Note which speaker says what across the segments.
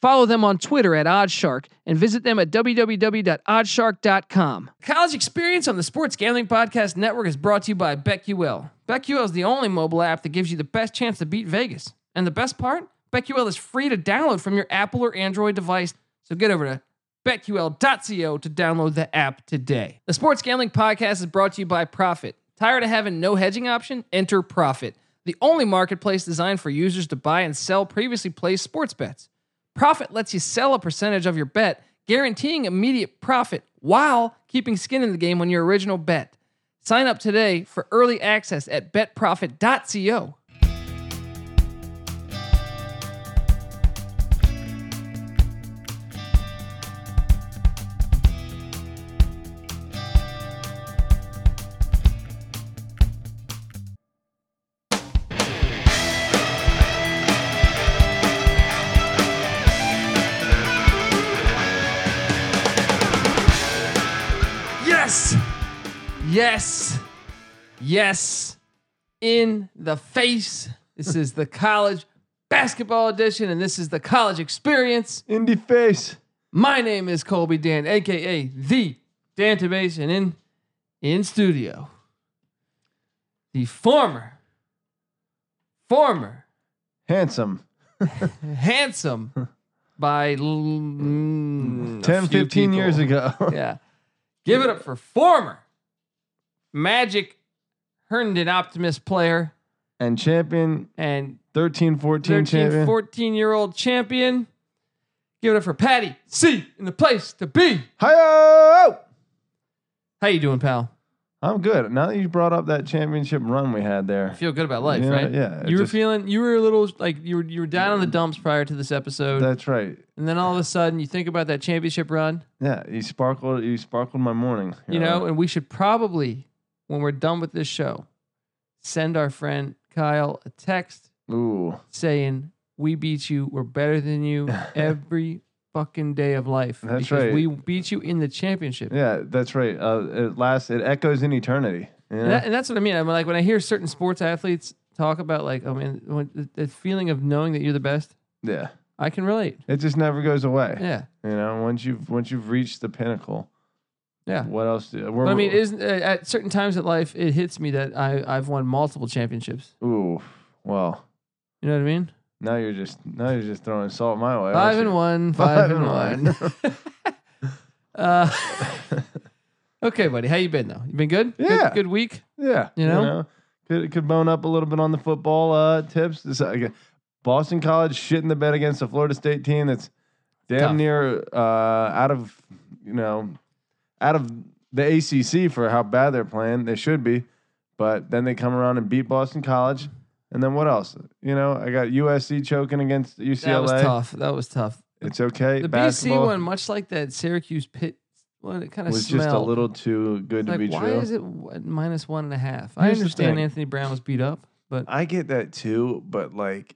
Speaker 1: Follow them on Twitter at Oddshark and visit them at www.oddshark.com. College Experience on the Sports Gambling Podcast Network is brought to you by BetQL. BetQL is the only mobile app that gives you the best chance to beat Vegas. And the best part? BetQL is free to download from your Apple or Android device. So get over to betql.co to download the app today. The Sports Gambling Podcast is brought to you by Profit. Tired of having no hedging option? Enter Profit, the only marketplace designed for users to buy and sell previously placed sports bets. Profit lets you sell a percentage of your bet, guaranteeing immediate profit while keeping skin in the game on your original bet. Sign up today for early access at betprofit.co. Yes! Yes! Yes! In the face. This is the college basketball edition, and this is the college experience.
Speaker 2: In the face.
Speaker 1: My name is Colby Dan, aka the Dan Tobase, and in in studio, the former, former
Speaker 2: Handsome.
Speaker 1: handsome by l- mm, a
Speaker 2: 10,
Speaker 1: few
Speaker 2: 15 years
Speaker 1: people.
Speaker 2: ago.
Speaker 1: Yeah. Give it up for former Magic Herndon Optimist player
Speaker 2: and champion,
Speaker 1: and
Speaker 2: 13,
Speaker 1: 13,
Speaker 2: 14 champion.
Speaker 1: 14 year old champion. Give it up for Patty C in the place to be.
Speaker 2: Hi-yo!
Speaker 1: How you doing, pal?
Speaker 2: I'm good. Now that you brought up that championship run we had there,
Speaker 1: Feel good about life,
Speaker 2: Yeah,
Speaker 1: right?
Speaker 2: yeah, it
Speaker 1: You were
Speaker 2: just-
Speaker 1: feeling you were a little like you were you were down in the dumps prior to this episode.
Speaker 2: that's right.
Speaker 1: and then all of a sudden you think about that championship run.
Speaker 2: Yeah, you sparkled. You sparkled my morning.
Speaker 1: you know, and we should probably, when we're done with this show, send our friend Kyle a text
Speaker 2: Ooh,
Speaker 1: saying, We beat you, we're better than you every fucking day of life.
Speaker 2: That's
Speaker 1: because
Speaker 2: right.
Speaker 1: We beat you in the championship.
Speaker 2: yeah, that's right. Uh, it lasts. It echoes in eternity. You know?
Speaker 1: And, that- and that's what I mean. I'm like, when I hear certain sports athletes talk about, like, oh man, when, the, the feeling of knowing that you're the best,
Speaker 2: yeah,
Speaker 1: I can relate.
Speaker 2: it just never goes away.
Speaker 1: Yeah.
Speaker 2: You know, once you've once you've reached the pinnacle,
Speaker 1: Yeah.
Speaker 2: what else? Do, we're,
Speaker 1: But I mean, isn't, uh, at certain times in life, it hits me that I, I've won multiple championships.
Speaker 2: ooh, well,
Speaker 1: You know what I mean?
Speaker 2: now you're just now you're just throwing salt my way. aren't
Speaker 1: Five
Speaker 2: you?
Speaker 1: and one, five, and one. Uh, okay, buddy. How you been though? You been good? Good-
Speaker 2: Yeah.
Speaker 1: Good, week.
Speaker 2: Yeah,
Speaker 1: You know?
Speaker 2: could could bone up a little bit on the football uh, tips. This, uh, Boston College shit in the bed against the Florida State team that's damn
Speaker 1: Tough.
Speaker 2: near uh, out of you know out of the ACC for how bad they're playing. They should be, but then they come around and beat Boston College. And then what else? You know, I got USC choking against UCLA.
Speaker 1: That was tough. That was tough.
Speaker 2: It's okay.
Speaker 1: The
Speaker 2: Basketball
Speaker 1: BC one, much like that Syracuse pit one, it kind of
Speaker 2: was
Speaker 1: smelled.
Speaker 2: just a little too good to
Speaker 1: like,
Speaker 2: be
Speaker 1: why
Speaker 2: true.
Speaker 1: is it w- minus one and a half? I
Speaker 2: Here's the
Speaker 1: understand
Speaker 2: thing.
Speaker 1: Anthony Brown was beat up, but
Speaker 2: I get that too, but like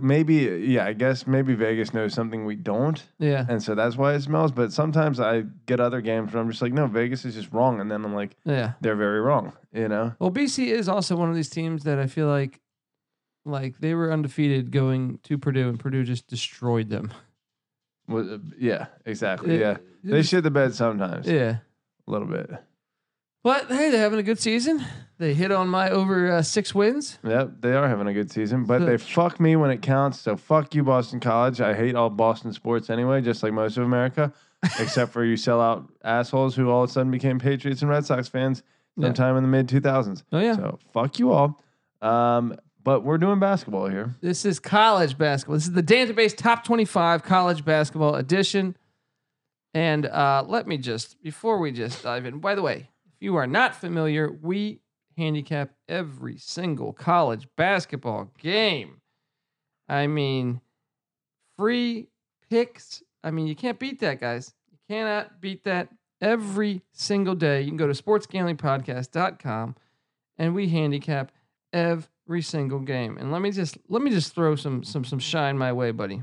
Speaker 2: maybe uh, yeah, I guess maybe Vegas knows something we don't.
Speaker 1: yeah,
Speaker 2: And so that's why it smells. But sometimes I get other games where I'm just like, no, Vegas is just wrong. And then I'm like,
Speaker 1: yeah.
Speaker 2: they're very wrong, you know?
Speaker 1: Well, BC is also one of these teams that I feel like, like they were undefeated going to Purdue, and Purdue just destroyed them.
Speaker 2: Well, uh, Yeah, exactly.
Speaker 1: It-
Speaker 2: Yeah.
Speaker 1: it
Speaker 2: They
Speaker 1: was-
Speaker 2: shit the bed sometimes
Speaker 1: yeah.
Speaker 2: a little bit.
Speaker 1: But hey, they're having a good season. They hit on my over uh, six wins.
Speaker 2: Yep, they are having a good season, but
Speaker 1: So-
Speaker 2: they fuck me when it counts. So fuck you, Boston College. I hate all Boston sports anyway, just like most of America, except for you sellout assholes who all of a sudden became Patriots and Red Sox fans
Speaker 1: Yeah.
Speaker 2: sometime in the mid 2000s.
Speaker 1: Oh yeah.
Speaker 2: So fuck you all. Um, but we're doing basketball here.
Speaker 1: This is college basketball. This is the database top 25 college basketball edition. And uh, let me just, before we just dive in, by the way, if you are not familiar, we handicap every single college basketball game. I mean, free picks. I mean, you can't beat that, guys. You cannot beat that every single day. You can go to sportsgamblingpodcast.com and we handicap every single game. And let me just let me just throw some some some shine my way, buddy.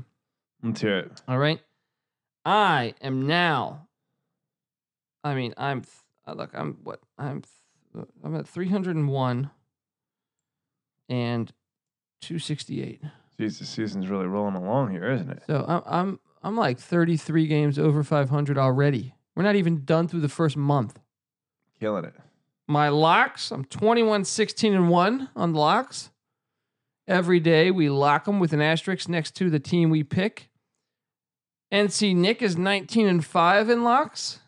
Speaker 2: Let's hear it.
Speaker 1: All right. I am now. I mean, I'm. Th- uh, look, I'm what? I'm. Th- uh, I'm at 301 and 268.
Speaker 2: Jeez, the season's really rolling along here, isn't it?
Speaker 1: So I'm. I'm. I'm like 33 games over 500 already. We're not even done through the first month.
Speaker 2: Killing it.
Speaker 1: My locks. I'm 21, 16, and one on locks. Every day we lock them with an asterisk next to the team we pick. NC Nick is 19 and 5 in locks.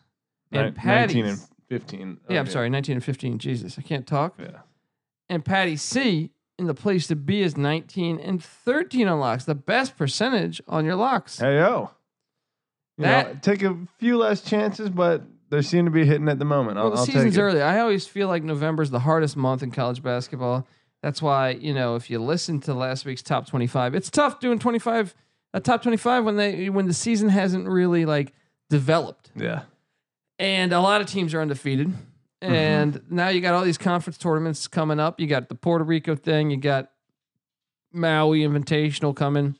Speaker 1: And
Speaker 2: Nin-
Speaker 1: Patty.
Speaker 2: 19 and 15.
Speaker 1: yeah, I'm sorry, 19 and 15. Jesus, I can't talk.
Speaker 2: Yeah.
Speaker 1: And Patty C in the place to be is 19 and 13 on locks, the best percentage on your locks.
Speaker 2: Hey, yo. You know,
Speaker 1: That-
Speaker 2: take a few less chances, but they seem to be hitting at the moment. I'll,
Speaker 1: well, the
Speaker 2: I'll take
Speaker 1: season's
Speaker 2: it.
Speaker 1: early. I always feel like November's the hardest month in college basketball. That's why, you know, if you listen to last week's top 25, it's tough doing 25 a top 25 when they when the season hasn't really like developed.
Speaker 2: Yeah.
Speaker 1: and a lot of teams are undefeated.
Speaker 2: Mm-hmm.
Speaker 1: And now you got all these conference tournaments coming up. You got the Puerto Rico thing. You got Maui Invitational coming.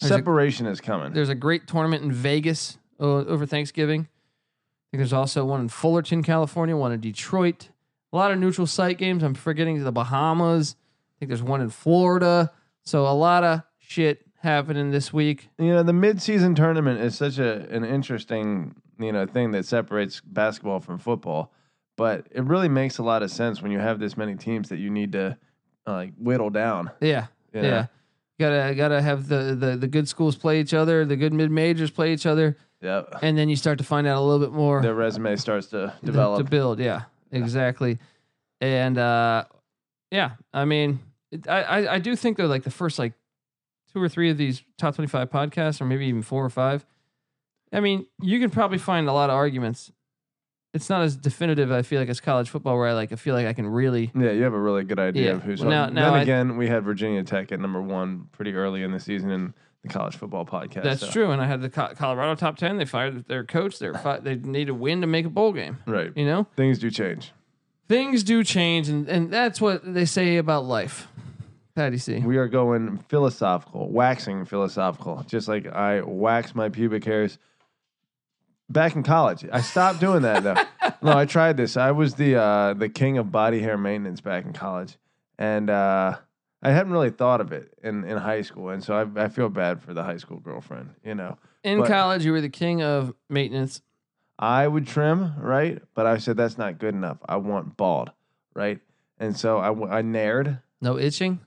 Speaker 1: There's a-
Speaker 2: Separation is coming.
Speaker 1: There's a great tournament in Vegas o- over Thanksgiving. I think there's also one in Fullerton, California, one in Detroit. A lot of neutral site games. I'm forgetting the Bahamas. I think there's one in Florida. So a lot of shit happening this week.
Speaker 2: You know, the mid-season tournament is such a an interesting, you know, thing that separates basketball from football, but it really makes a lot of sense when you have this many teams that you need to uh, like whittle down.
Speaker 1: Yeah.
Speaker 2: you know?
Speaker 1: Yeah. Gotta gotta have the, the the good schools play each other, the good mid majors play each other,
Speaker 2: Yep.
Speaker 1: and then you start to find out a little bit more
Speaker 2: Their resume starts to
Speaker 1: to-
Speaker 2: develop.
Speaker 1: to build. Yeah, exactly. And uh, yeah, I mean, it, I, I I do think though, like the first like two or three of these top twenty five podcasts, or maybe even four or five. I mean, you can probably find a lot of arguments. It's not as definitive, I feel like, as college football, where I like I feel like I can really
Speaker 2: Yeah, you have a really good idea
Speaker 1: Yeah.
Speaker 2: of who's.
Speaker 1: Well, now-
Speaker 2: then
Speaker 1: now I-
Speaker 2: again, we had Virginia Tech at number one pretty early in the season in the college football podcast.
Speaker 1: That's
Speaker 2: so-
Speaker 1: true. And I had the Co- Colorado top ten. They fired their coach. They fi- they need a win to make a bowl game.
Speaker 2: Right.
Speaker 1: You know,
Speaker 2: Things do change.
Speaker 1: things do change, and and that's what they say about life. Patty C.
Speaker 2: We are going philosophical, waxing philosophical, just like I wax my pubic hairs back in college. I stopped doing that though. no, I tried this. I was the uh, the king of body hair maintenance back in college, and uh, I hadn't really thought of it in, in high school, and so I, I feel bad for the high school girlfriend. You know,
Speaker 1: In
Speaker 2: but-
Speaker 1: college, you were the king of maintenance.
Speaker 2: I would trim, right? But I said that's not good enough. I want bald, right? And so I, w- I nared.
Speaker 1: No itching.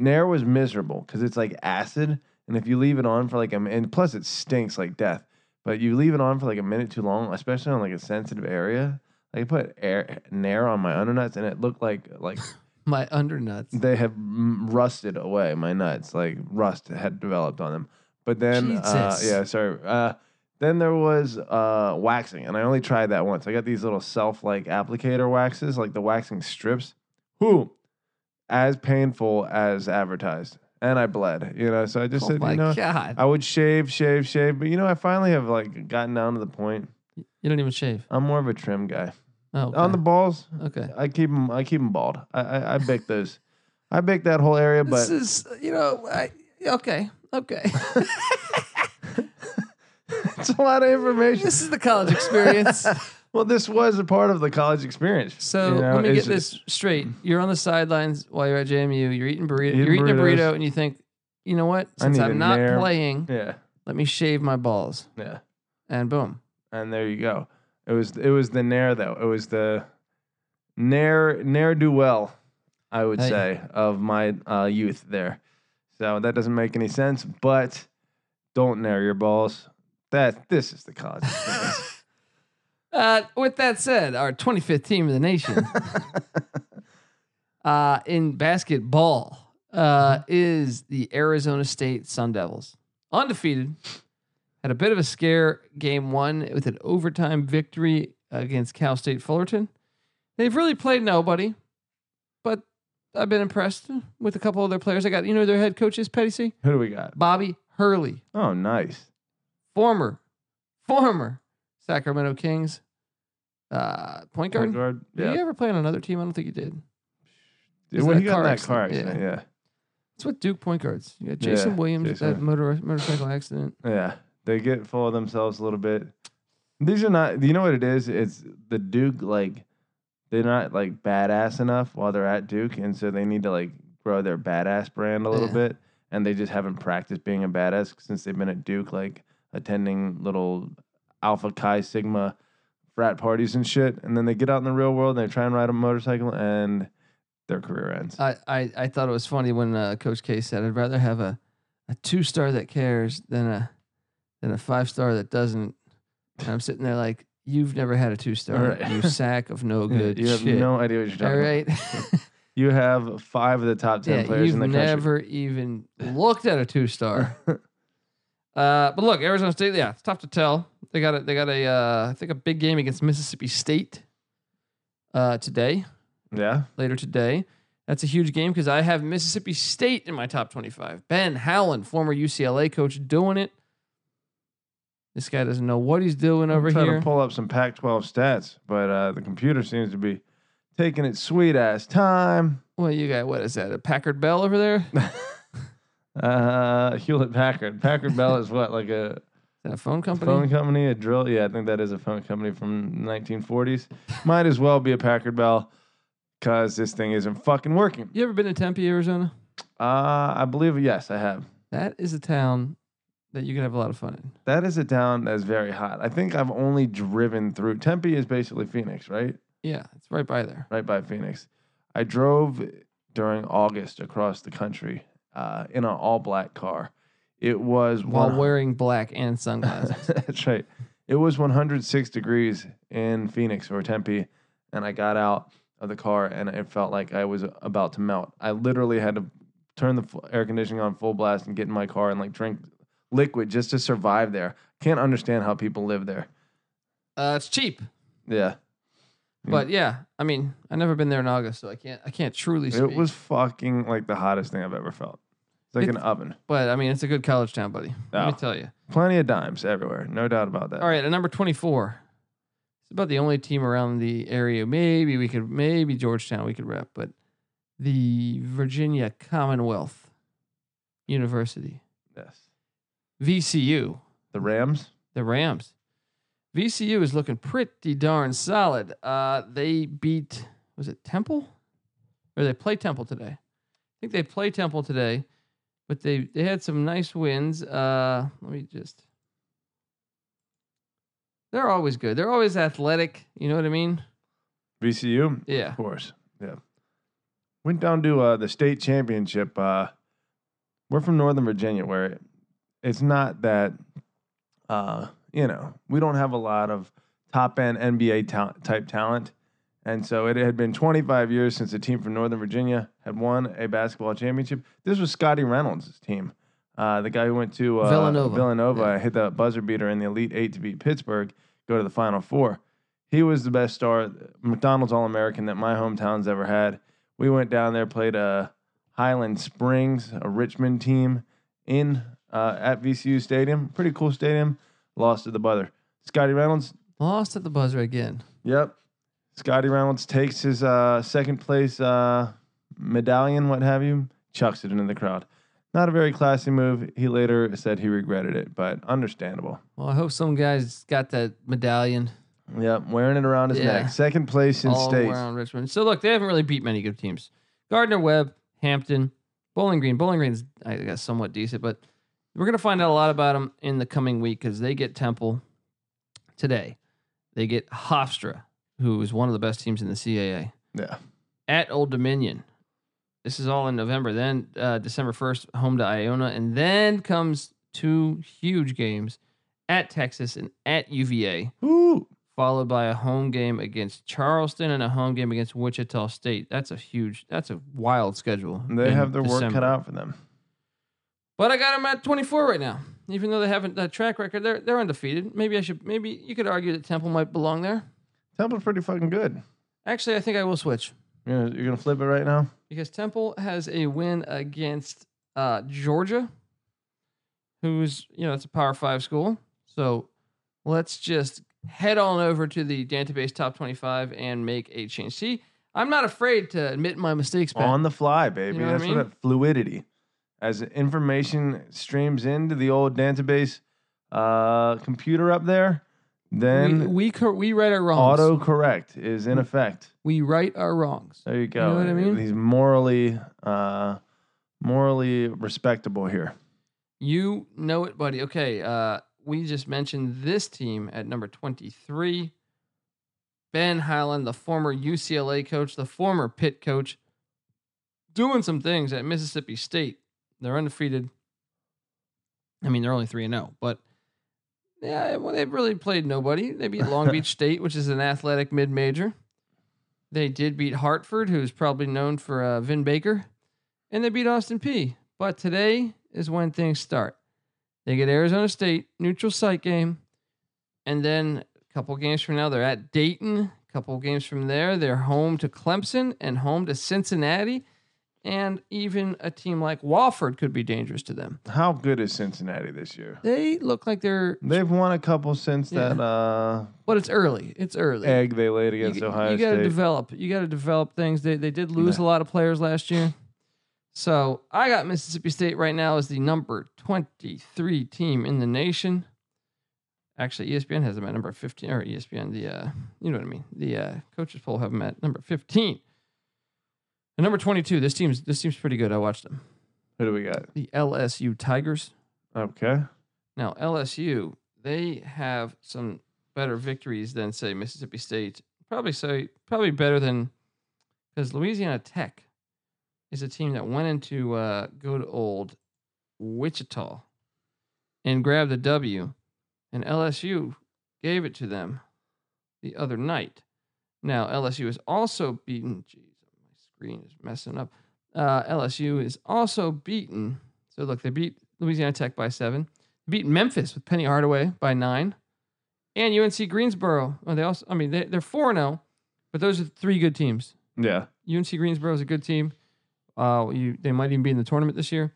Speaker 2: Nair was miserable because it's like acid, and if you leave it on for like a m- and plus it stinks like death. But you leave it on for like a minute too long, especially on like a sensitive area. Like I put air, Nair on my undernuts, and it looked like like
Speaker 1: My undernuts.
Speaker 2: they have m- rusted away. My nuts, like rust had developed on them. But then, uh,
Speaker 1: Jesus.
Speaker 2: yeah, sorry. Uh, then there was uh, waxing, and I only tried that once. I got these little self-like applicator waxes, like the waxing strips. Who, as painful as advertised, and I bled. You know, so I just
Speaker 1: Oh
Speaker 2: said,
Speaker 1: my
Speaker 2: you know,
Speaker 1: god!
Speaker 2: I would shave, shave, shave. But you know, I finally have like gotten down to the point.
Speaker 1: You don't even shave.
Speaker 2: I'm more of a trim guy.
Speaker 1: Oh, okay.
Speaker 2: On the balls,
Speaker 1: okay.
Speaker 2: I keep them. I keep them bald. I I, I bake those. I bake that whole area, but
Speaker 1: this is you know I, okay okay.
Speaker 2: It's a lot of information.
Speaker 1: this is the college experience.
Speaker 2: Well, this was a part of the college experience.
Speaker 1: So
Speaker 2: you know,
Speaker 1: let me get
Speaker 2: it's-
Speaker 1: this straight. You're on the sidelines while you're at JMU. You're eating burrito.
Speaker 2: Eating
Speaker 1: you're eating a burrito,
Speaker 2: burritos.
Speaker 1: and you think, you know what?
Speaker 2: I
Speaker 1: Since
Speaker 2: need
Speaker 1: I'm
Speaker 2: a
Speaker 1: not
Speaker 2: Nair.
Speaker 1: playing,
Speaker 2: Yeah,
Speaker 1: let me shave my balls,
Speaker 2: yeah,
Speaker 1: and boom.
Speaker 2: and there you go. It was it was the nair though. It was the nair nair do well, I would
Speaker 1: Hey.
Speaker 2: say, of my uh, youth there. So that doesn't make any sense, but don't nair your balls. That this is the college experience.
Speaker 1: Uh, with that said, our 25th team of the nation uh, in basketball uh, is the Arizona State Sun Devils, undefeated. Had a bit of a scare game one with an overtime victory against Cal State Fullerton. They've really played nobody, but I've been impressed with a couple of their players. I got you know who their head coach is Petty C
Speaker 2: Who do we got?
Speaker 1: Bobby Hurley,
Speaker 2: Oh, nice.
Speaker 1: former, former Sacramento Kings uh, point guard.
Speaker 2: Point guard.
Speaker 1: Did he
Speaker 2: Yeah.
Speaker 1: ever play on another team? I don't think he did.
Speaker 2: Dude,
Speaker 1: was
Speaker 2: when
Speaker 1: that
Speaker 2: he got in
Speaker 1: car
Speaker 2: that
Speaker 1: accident?
Speaker 2: car accident. Yeah.
Speaker 1: That's what Duke point guards. You got Jason
Speaker 2: Yeah,
Speaker 1: Williams,
Speaker 2: Jason
Speaker 1: that motor, motorcycle accident.
Speaker 2: Yeah, they get full of themselves a little bit. These are not. You know what it is? It's the Duke. Like they're not like badass enough while they're at Duke, and so they need to like grow their badass brand a little
Speaker 1: Yeah.
Speaker 2: bit. And they just haven't practiced being a badass since they've been at Duke, like attending little Alpha Chi Sigma frat parties and shit. And then they get out in the real world and they try and ride a motorcycle, and their career ends.
Speaker 1: I, I, I thought it was funny when uh, Coach K said, "I'd rather have a, a two star that cares than a than a five star that doesn't." And I'm sitting there like, "You've never had a two star,
Speaker 2: Right.
Speaker 1: you sack of no
Speaker 2: Yeah,
Speaker 1: Oh, good
Speaker 2: you have
Speaker 1: shit."
Speaker 2: no idea what you're talking
Speaker 1: All
Speaker 2: about.
Speaker 1: right,
Speaker 2: You have five of the top ten
Speaker 1: yeah,
Speaker 2: players
Speaker 1: you've
Speaker 2: in the country.
Speaker 1: never even looked at a two star. Uh, but look, Arizona State, yeah, it's tough to tell. They got a, they got a, uh, I think a big game against Mississippi State uh, today,
Speaker 2: yeah.
Speaker 1: later today. That's a huge game because I have Mississippi State in my top twenty-five. Ben Howland, former UCLA coach, doing it. This guy doesn't know what he's doing over
Speaker 2: I'm trying
Speaker 1: here.
Speaker 2: to pull up some Pac-12 stats, but uh, the computer seems to be taking its sweet ass time.
Speaker 1: well, you got what is that? A Packard Bell over there? Is
Speaker 2: Uh, Hewlett Packard. Packard Bell is what like a
Speaker 1: that a phone company?
Speaker 2: phone company, a drill. Yeah, I think that is a phone company from 1940s. Might as well be a Packard Bell, cause this thing isn't fucking working.
Speaker 1: You ever been to Tempe, Arizona?
Speaker 2: Uh, I believe yes, I have.
Speaker 1: That is a town that you can have a lot of fun in.
Speaker 2: That is a town that's very hot. I think I've only driven through. Tempe is basically Phoenix, right?
Speaker 1: Yeah, it's right by there.
Speaker 2: right by Phoenix. I drove during August across the country uh, in an all black car. It was
Speaker 1: While
Speaker 2: one-
Speaker 1: wearing black and sunglasses.
Speaker 2: That's right. It was 106 degrees in Phoenix or Tempe, and I got out of the car and it felt like I was about to melt. I literally had to turn the fu- air conditioning on full blast and get in my car and like drink liquid just to survive there. Can't understand how people live there.
Speaker 1: Uh, it's cheap,
Speaker 2: Yeah. Mm.
Speaker 1: but yeah, I mean, I've never been there in August, so I can't, I can't truly speak.
Speaker 2: It was fucking like the hottest thing I've ever felt. It's like
Speaker 1: It-
Speaker 2: an oven.
Speaker 1: but I mean, it's a good college town, buddy. Let me
Speaker 2: Oh.
Speaker 1: tell you.
Speaker 2: Plenty of dimes everywhere, no doubt about that.
Speaker 1: All right, at number twenty-four, it's about the only team around the area. Maybe we could, maybe Georgetown, we could rep, but the Virginia Commonwealth University,
Speaker 2: Yes.
Speaker 1: VCU,
Speaker 2: The Rams.
Speaker 1: the Rams. VCU is looking pretty darn solid. Uh, they beat was it Temple, or they play Temple today? I think they play Temple today, but they they had some nice wins. Uh, let me just. They're always good. They're always athletic. You know what I mean?
Speaker 2: VCU.
Speaker 1: Yeah.
Speaker 2: Of course. Yeah. Went down to uh, the state championship. Uh, we're from Northern Virginia, where it, it's not that, uh, you know, we don't have a lot of top end NBA ta- type talent. And so it had been 25 years since a team from Northern Virginia had won a basketball championship. This was Scotty Reynolds' team, uh, the guy who went to uh,
Speaker 1: Villanova.
Speaker 2: Villanova
Speaker 1: Yeah.
Speaker 2: hit the buzzer beater in the Elite Eight to beat Pittsburgh, go to the Final Four. He was the best star, McDonald's All American that my hometown's ever had. We went down there, played a Highland Springs, a Richmond team in uh, at VCU Stadium. Pretty cool stadium. Lost to the buzzer. Scotty Reynolds.
Speaker 1: Lost at the buzzer again.
Speaker 2: Yep. Scotty Reynolds takes his uh, second place uh, medallion, what have you, chucks it into the crowd. Not a very classy move. He later said he regretted it, but understandable.
Speaker 1: Well, I hope some guys got that medallion
Speaker 2: Yep, wearing it around his
Speaker 1: Yeah.
Speaker 2: neck. Second place in
Speaker 1: all
Speaker 2: state.
Speaker 1: around Richmond. So look, they haven't really beat many good teams. Gardner Webb, Hampton, Bowling Green. Bowling Green's I guess somewhat decent, but we're gonna find out a lot about them in the coming week because they get Temple today. They get Hofstra, who is one of the best teams in the CAA
Speaker 2: Yeah.
Speaker 1: at Old Dominion. This is all in November. Then uh, December first, home to Iona, and then comes two huge games at Texas and at UVA
Speaker 2: Ooh.
Speaker 1: followed by a home game against Charleston and a home game against Wichita State. That's a huge, that's a wild schedule.
Speaker 2: They
Speaker 1: in
Speaker 2: have their work
Speaker 1: December.
Speaker 2: cut out for them.
Speaker 1: But I got them at 24 right now. Even though they haven't that track record, they're they're undefeated. Maybe I should. Maybe you could argue that Temple might belong there.
Speaker 2: Temple's pretty fucking good.
Speaker 1: Actually, I think I will switch
Speaker 2: You're gonna, you're gonna flip it right now.
Speaker 1: because Temple has a win against uh, Georgia, who's you know it's a Power Five school, so So let's just head on over to the Dantabase Top 25 and make a change. See, I'm not afraid to admit my mistakes, Ben.
Speaker 2: on the fly, baby.
Speaker 1: know what I
Speaker 2: That's
Speaker 1: mean?
Speaker 2: what that fluidity. As information streams into the old database uh, computer up there,
Speaker 1: we
Speaker 2: then
Speaker 1: we, cor- we right our wrongs.
Speaker 2: autocorrect is in effect.
Speaker 1: We right our wrongs.
Speaker 2: There you go.
Speaker 1: know what I mean?
Speaker 2: He's morally, uh, morally respectable here.
Speaker 1: You know it, buddy. Okay, uh, we just mentioned this team at number 23. Ben Highland, the former UCLA coach, the former Pitt coach, doing some things at Mississippi State. They're undefeated. I mean, they're only 3 and 0, but yeah, well, they really played nobody. They beat Long Beach State, which is an athletic mid major. They did beat Hartford, who's probably known for uh, Vin Baker, and they beat Austin P. But today is when things start. They get Arizona State, neutral site game, and then a couple games from now they're at Dayton. A couple games from there, they're home to Clemson and home to Cincinnati, and even a team like Wofford could be dangerous to them.
Speaker 2: How good is Cincinnati this year?
Speaker 1: They look like they're,
Speaker 2: They've won a couple since
Speaker 1: Yeah.
Speaker 2: that uh,
Speaker 1: but it's early. It's early.
Speaker 2: egg they laid against
Speaker 1: you,
Speaker 2: Ohio
Speaker 1: got to
Speaker 2: State.
Speaker 1: develop. You got to develop things. They they did lose a lot of players last year. So I got Mississippi State right now as the number twenty three team in the nation. Actually, E ESPN has them at number fifteen, or ESPN the uh, you know what I mean. The uh, coaches poll have them at number fifteen. And number twenty two. This team's this team's pretty good. I watched them.
Speaker 2: Who do we got?
Speaker 1: The LSU Tigers.
Speaker 2: Okay.
Speaker 1: Now, LSU, they have some better victories than say Mississippi State. Probably so probably better than because Louisiana Tech is a team that went into uh, good old Wichita and grabbed the W, and LSU gave it to them the other night. Now LSU is also beaten. Jeez, my screen is messing up. Uh, LSU is also beaten. So look, they beat Louisiana Tech by seven beat Memphis with Penny Hardaway by nine, and UNC Greensboro. Well, they also, I mean, they, they're four zero, but those are three good teams.
Speaker 2: Yeah.
Speaker 1: UNC Greensboro is a good team. Uh, you, they might even be in the tournament this year.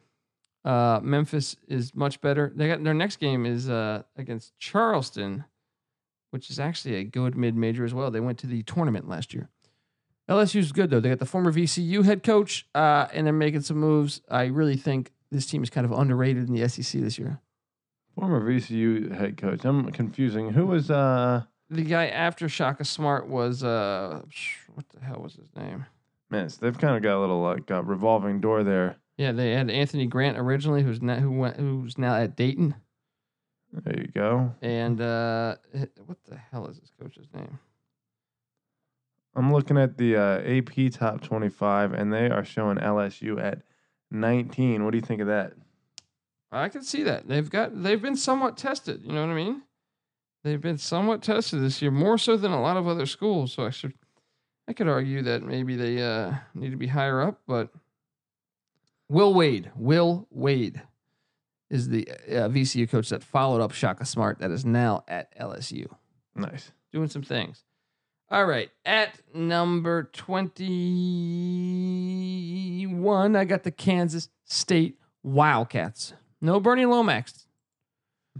Speaker 1: Uh, Memphis is much better. They got their next game is uh, against Charleston, which is actually a good mid major as well. They went to the tournament last year. LSU's good though. They got the former VCU head coach, uh, and they're making some moves. I really think this team is kind of underrated in the SEC this year.
Speaker 2: Former VCU head coach. I'm confusing. Who was uh
Speaker 1: the guy after Shaka Smart was uh sh- what the hell was his name?
Speaker 2: man, so they've kind of got a little like uh, revolving door there.
Speaker 1: Yeah, they had Anthony Grant originally, who's now who went who's now at Dayton,
Speaker 2: There you go.
Speaker 1: and uh h- what the hell is this coach's name?
Speaker 2: I'm looking at the uh, AP top 25 and they are showing LSU at 19. What do you think of that?
Speaker 1: I can see that they've got they've been somewhat tested. You know what I mean? They've been somewhat tested this year, more so than a lot of other schools. So I should I could argue that maybe they uh need to be higher up, but Will Wade, Will Wade, is the uh, VCU coach that followed up Shaka Smart that is now at LSU
Speaker 2: Nice.
Speaker 1: doing some things. All right, at number 21, I got the Kansas State Wildcats. No Bernie Lomax.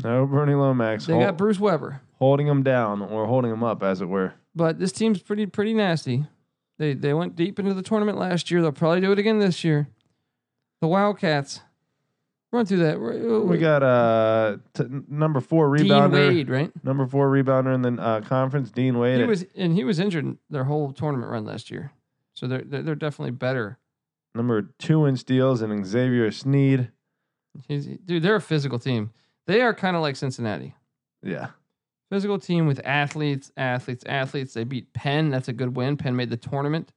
Speaker 2: No Bernie Lomax
Speaker 1: They
Speaker 2: hol-
Speaker 1: got Bruce Weber,
Speaker 2: holding them down or holding them up as it were.
Speaker 1: but this team's pretty pretty nasty. They they went deep into the tournament last year. They'll probably do it again this year. The Wildcats. Run through that.
Speaker 2: We got uh t- number 4
Speaker 1: Dean
Speaker 2: rebounder.
Speaker 1: Wade, right?
Speaker 2: Number 4 rebounder in the uh, conference, Dean Wade.
Speaker 1: He
Speaker 2: at
Speaker 1: was and he was injured their whole tournament run last year, so they're they're, they're definitely better.
Speaker 2: number 2 in steals and Xavier Sneed.
Speaker 1: He's, dude, they're a physical team. They are kind of like Cincinnati.
Speaker 2: Yeah.
Speaker 1: Physical team with athletes, athletes, athletes. They beat Penn. That's a good win. Penn made the tournament.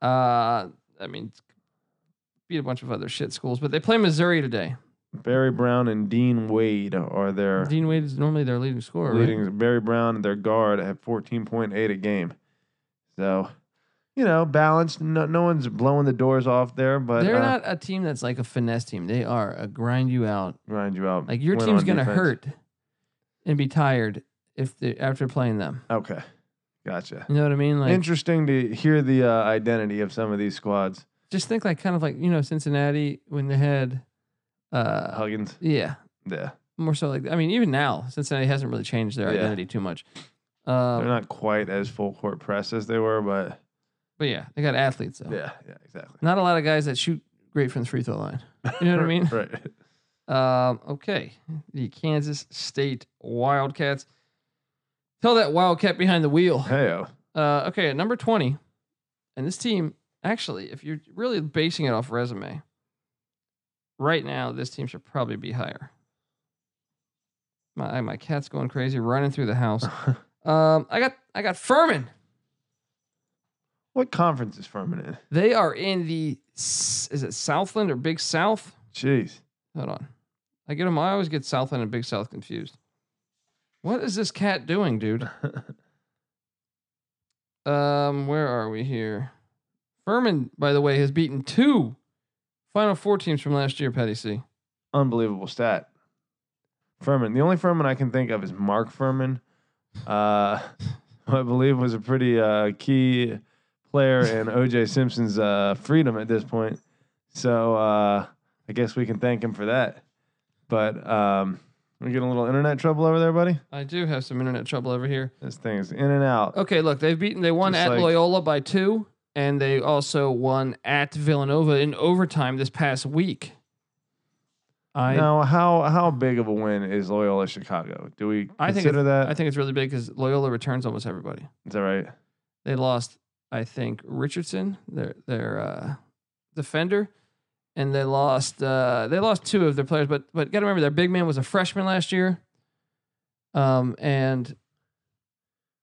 Speaker 1: Uh, I mean, beat a bunch of other shit schools, but they play Missouri today.
Speaker 2: Barry Brown and Dean Wade are their
Speaker 1: Dean Wade is normally their leading scorer. right?
Speaker 2: leading Barry Brown and their guard at 14.8 a game. So, you know, balanced. No, no one's blowing the doors off there, but
Speaker 1: They're
Speaker 2: uh,
Speaker 1: not a team that's like a finesse team. They are a grind you out.
Speaker 2: grind you out.
Speaker 1: Like your
Speaker 2: Win
Speaker 1: team's
Speaker 2: on
Speaker 1: gonna
Speaker 2: defense.
Speaker 1: hurt and be tired if they, after playing them.
Speaker 2: Okay, gotcha.
Speaker 1: You know what I mean? Like
Speaker 2: Interesting to hear the uh, identity of some of these squads.
Speaker 1: just think like kind of like you know Cincinnati when they had uh
Speaker 2: Huggins,
Speaker 1: yeah
Speaker 2: yeah,
Speaker 1: more so like I mean, even now, Cincinnati hasn't really changed their
Speaker 2: Yeah.
Speaker 1: identity too much.
Speaker 2: They're
Speaker 1: Um,
Speaker 2: not quite as full court press as they were, but
Speaker 1: but yeah, they got athletes though.
Speaker 2: yeah, yeah, exactly.
Speaker 1: Not a lot of guys that shoot great from the free throw line. You know what I mean?
Speaker 2: Right.
Speaker 1: Um, okay. The Kansas State Wildcats. Tell that Wildcat behind the wheel.
Speaker 2: Hey,
Speaker 1: Uh, okay, at number 20. And this team, actually, if you're really basing it off resume, right now, this team should probably be higher. My, my cat's going crazy, running through the house. Um, I got I got Furman.
Speaker 2: what conference is Furman in?
Speaker 1: They are in the s- is it Southland or Big South?
Speaker 2: Jeez.
Speaker 1: Hold on. I get them. I always get Southland and Big South confused. What is this cat doing, dude? Um, where are we here? Furman, by the way, has beaten two Final Four teams from last year. Petty C.
Speaker 2: Unbelievable stat. Furman. The only Furman I can think of is Mark Furman, uh, who I believe was a pretty uh, key player in OJ Simpson's uh, freedom at this point. So uh, I guess we can thank him for that. But um, we get a little internet trouble over there, buddy.
Speaker 1: I do have some internet trouble over here.
Speaker 2: This thing is in and out.
Speaker 1: Okay, look, they've beaten. They won
Speaker 2: Just
Speaker 1: at
Speaker 2: like-
Speaker 1: Loyola by two, and they also won at Villanova in overtime this past week. I
Speaker 2: Now, how how big of a win is Loyola Chicago? Do we
Speaker 1: I think
Speaker 2: consider that?
Speaker 1: I think it's really big because Loyola returns almost everybody.
Speaker 2: is that right?
Speaker 1: They lost, I think, Richardson, their their uh, defender, and they lost uh, they lost two of their players. But but got to remember their big man was a freshman last year. Um and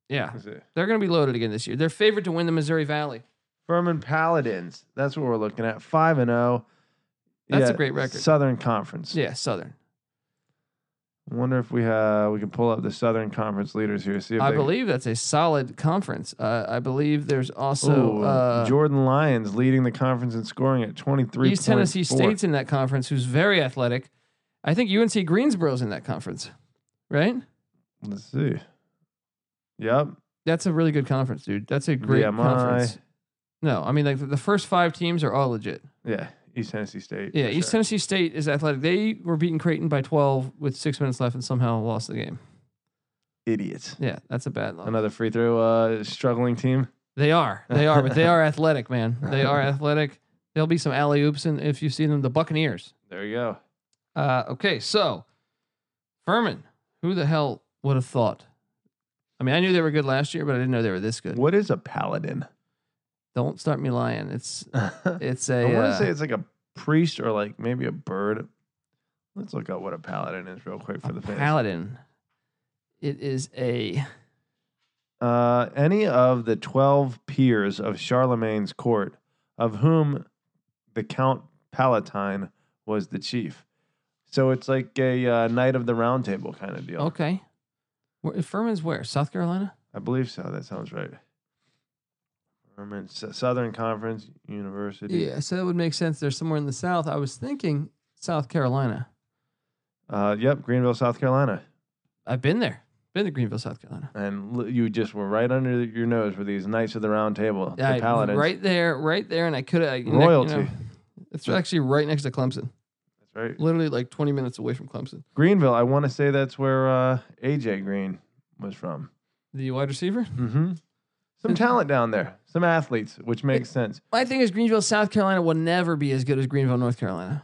Speaker 1: yeah,
Speaker 2: Is it?
Speaker 1: they're going to be loaded again this year. They're favored to win the Missouri Valley.
Speaker 2: Furman Paladins. That's what we're looking at. Five and zero.
Speaker 1: That's a great record.
Speaker 2: Southern Conference.
Speaker 1: Yeah, Southern.
Speaker 2: Wonder if we uh we can pull up the Southern Conference leaders here. See if
Speaker 1: I
Speaker 2: they-
Speaker 1: believe that's a solid conference. Uh, I believe there's also
Speaker 2: Ooh,
Speaker 1: uh,
Speaker 2: Jordan Lyons leading the conference in scoring at twenty three.
Speaker 1: East Tennessee State's in that conference, who's very athletic. I think UNC Greensboro's in that conference, right?
Speaker 2: Let's see. Yep.
Speaker 1: That's a really good conference, dude. That's a great
Speaker 2: VMI.
Speaker 1: conference. No, I mean like the- the first five teams are all legit.
Speaker 2: Yeah. East Tennessee State.
Speaker 1: Yeah,
Speaker 2: for
Speaker 1: East
Speaker 2: sure.
Speaker 1: Tennessee State is athletic. They were beating Creighton by twelve with six minutes left and somehow lost the game.
Speaker 2: Idiots.
Speaker 1: Yeah, that's a bad loss.
Speaker 2: Another free throw uh struggling team.
Speaker 1: They are, they are, but they are athletic, man. They are athletic. There'll be some alley oops, and if you see them, the Buccaneers.
Speaker 2: There you go.
Speaker 1: Uh, okay, so Furman, who the hell would have thought? I mean, I knew they were good last year, but I didn't know they were this good.
Speaker 2: What is a paladin?
Speaker 1: Don't start me lying. It's
Speaker 2: I
Speaker 1: it's a.
Speaker 2: want
Speaker 1: uh,
Speaker 2: to say it's like a priest or like maybe a bird. Let's look up what a paladin is real quick for the fans.
Speaker 1: Paladin. It is a
Speaker 2: Uh, any of the 12 peers of Charlemagne's court, of whom the Count Palatine was the chief. So it's like a uh, Knight of the Round Table kind of deal.
Speaker 1: okay. Where, Furman's where? South Carolina.
Speaker 2: I believe so. That sounds right. Furman, S- Southern Conference University.
Speaker 1: Yeah, so that would make sense. They're somewhere in the South. I was thinking South Carolina.
Speaker 2: Uh, yep, Greenville, South Carolina.
Speaker 1: I've been there. Been to Greenville, South Carolina.
Speaker 2: And l- you just were right under your nose were these Knights of the Round Table,
Speaker 1: I-
Speaker 2: the Paladins.
Speaker 1: right there, right there, and I could have
Speaker 2: Royalty.
Speaker 1: it's actually right next to Clemson.
Speaker 2: That's right.
Speaker 1: Literally like 20 minutes away from Clemson.
Speaker 2: Greenville. I want to say that's where uh, AJ Green was from.
Speaker 1: The wide receiver.
Speaker 2: Mm-hmm. Some talent down there, some athletes, which makes sense.
Speaker 1: My thing is Greenville, South Carolina will never be as good as Greenville, North Carolina.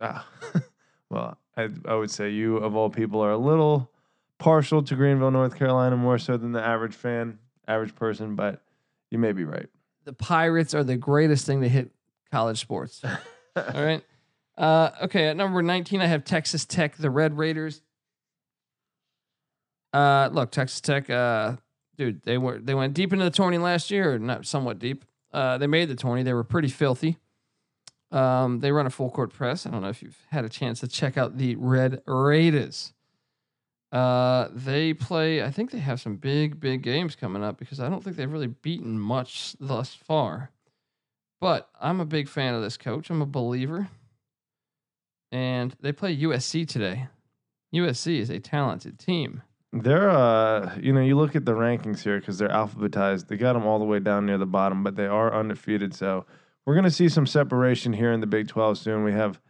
Speaker 2: Ah, well, I, I would say you, of all people, are a little partial to Greenville, North Carolina, more so than the average fan, average person, but you may be right.
Speaker 1: the Pirates are the greatest thing to hit college sports. All right. Uh, okay, at number 19, I have Texas Tech, the Red Raiders. Uh, look, Texas Tech, uh, dude, they were they went deep into the tourney last year, or not somewhat deep. Uh, they made the tourney. They were pretty filthy. Um, they run a full court press. I don't know if you've had a chance to check out the Red Raiders. Uh, they play. I think they have some big, big games coming up because I don't think they've really beaten much thus far. But I'm a big fan of this coach. I'm a believer. And they play USC today. USC is a talented team.
Speaker 2: They're, uh, you know, you look at the rankings here because they're alphabetized. They got them all the way down near the bottom, but they are undefeated. So we're going to see some separation here in the Big 12 soon. We have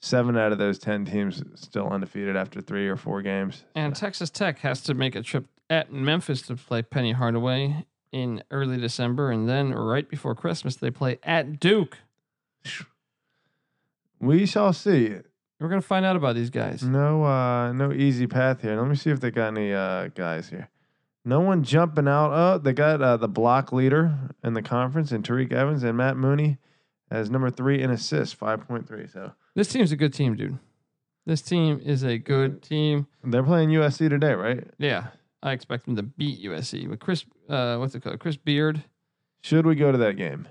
Speaker 2: seven out of those ten teams still undefeated after three or four games.
Speaker 1: And Texas Tech has to make a trip at Memphis to play Penny Hardaway in early December, and then right before Christmas they play at Duke.
Speaker 2: We shall see.
Speaker 1: We're gonna find out about these guys.
Speaker 2: No, uh, no easy path here. Let me see if they got any uh, guys here. No one jumping out. Oh, they got uh, the block leader in the conference, and Tariq Evans and Matt Mooney as number three in assists, five point three. So
Speaker 1: This team's a good team, dude. This team is a good team.
Speaker 2: they're playing USC today, right?
Speaker 1: Yeah, I expect them to beat USC with Chris. Uh, what's it called? Chris Beard.
Speaker 2: Should we go to that game?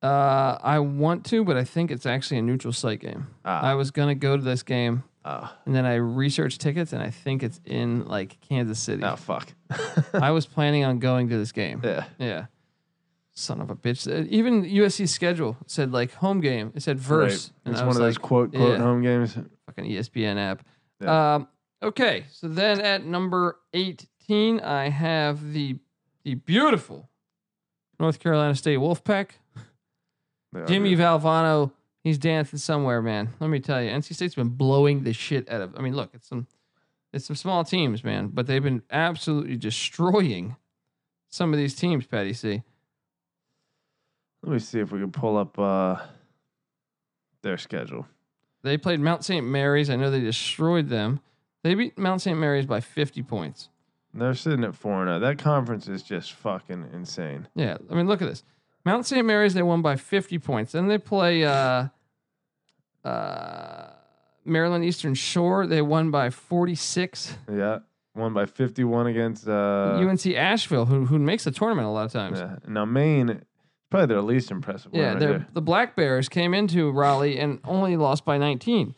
Speaker 1: Uh, I want to, but I think it's actually a neutral site game. I
Speaker 2: Ah,
Speaker 1: was gonna go to this game,
Speaker 2: ah,
Speaker 1: and then I researched tickets, and I think it's in like Kansas City.
Speaker 2: oh, fuck.
Speaker 1: I was planning on going to this game.
Speaker 2: yeah.
Speaker 1: Yeah. Son of a bitch. Uh, Even USC's schedule said like home game. It said verse.
Speaker 2: Right. It's
Speaker 1: I
Speaker 2: one
Speaker 1: was
Speaker 2: of those
Speaker 1: like,
Speaker 2: quote
Speaker 1: yeah.
Speaker 2: quote home games.
Speaker 1: fucking E ESPN app.
Speaker 2: Yeah.
Speaker 1: Um, okay, so then at number eighteen, I have the the beautiful North Carolina State Wolfpack.
Speaker 2: They are
Speaker 1: Jimmy
Speaker 2: good.
Speaker 1: Valvano, he's dancing somewhere, man. Let me tell you, NC State's been blowing the shit out of. I mean, look, it's some it's some small teams, man, but they've been absolutely destroying some of these teams. Patty C.
Speaker 2: Let me see if we can pull up uh, their schedule.
Speaker 1: They played Mount St. Mary's. I know they destroyed them. They beat Mount St. Mary's by 50 points.
Speaker 2: They're sitting at four and zero. That conference is just fucking insane.
Speaker 1: Yeah, I mean, look at this. Mount St. Mary's they won by 50 points. Then they play uh, uh, Maryland Eastern Shore. They won by 46.
Speaker 2: Yeah, won by fifty one against uh,
Speaker 1: UNC Asheville, who who makes the tournament a lot of times.
Speaker 2: yeah. now Maine. Probably their least impressive.
Speaker 1: Yeah,
Speaker 2: Yeah, right
Speaker 1: they're
Speaker 2: there.
Speaker 1: the Black Bears came into Raleigh and only lost by 19,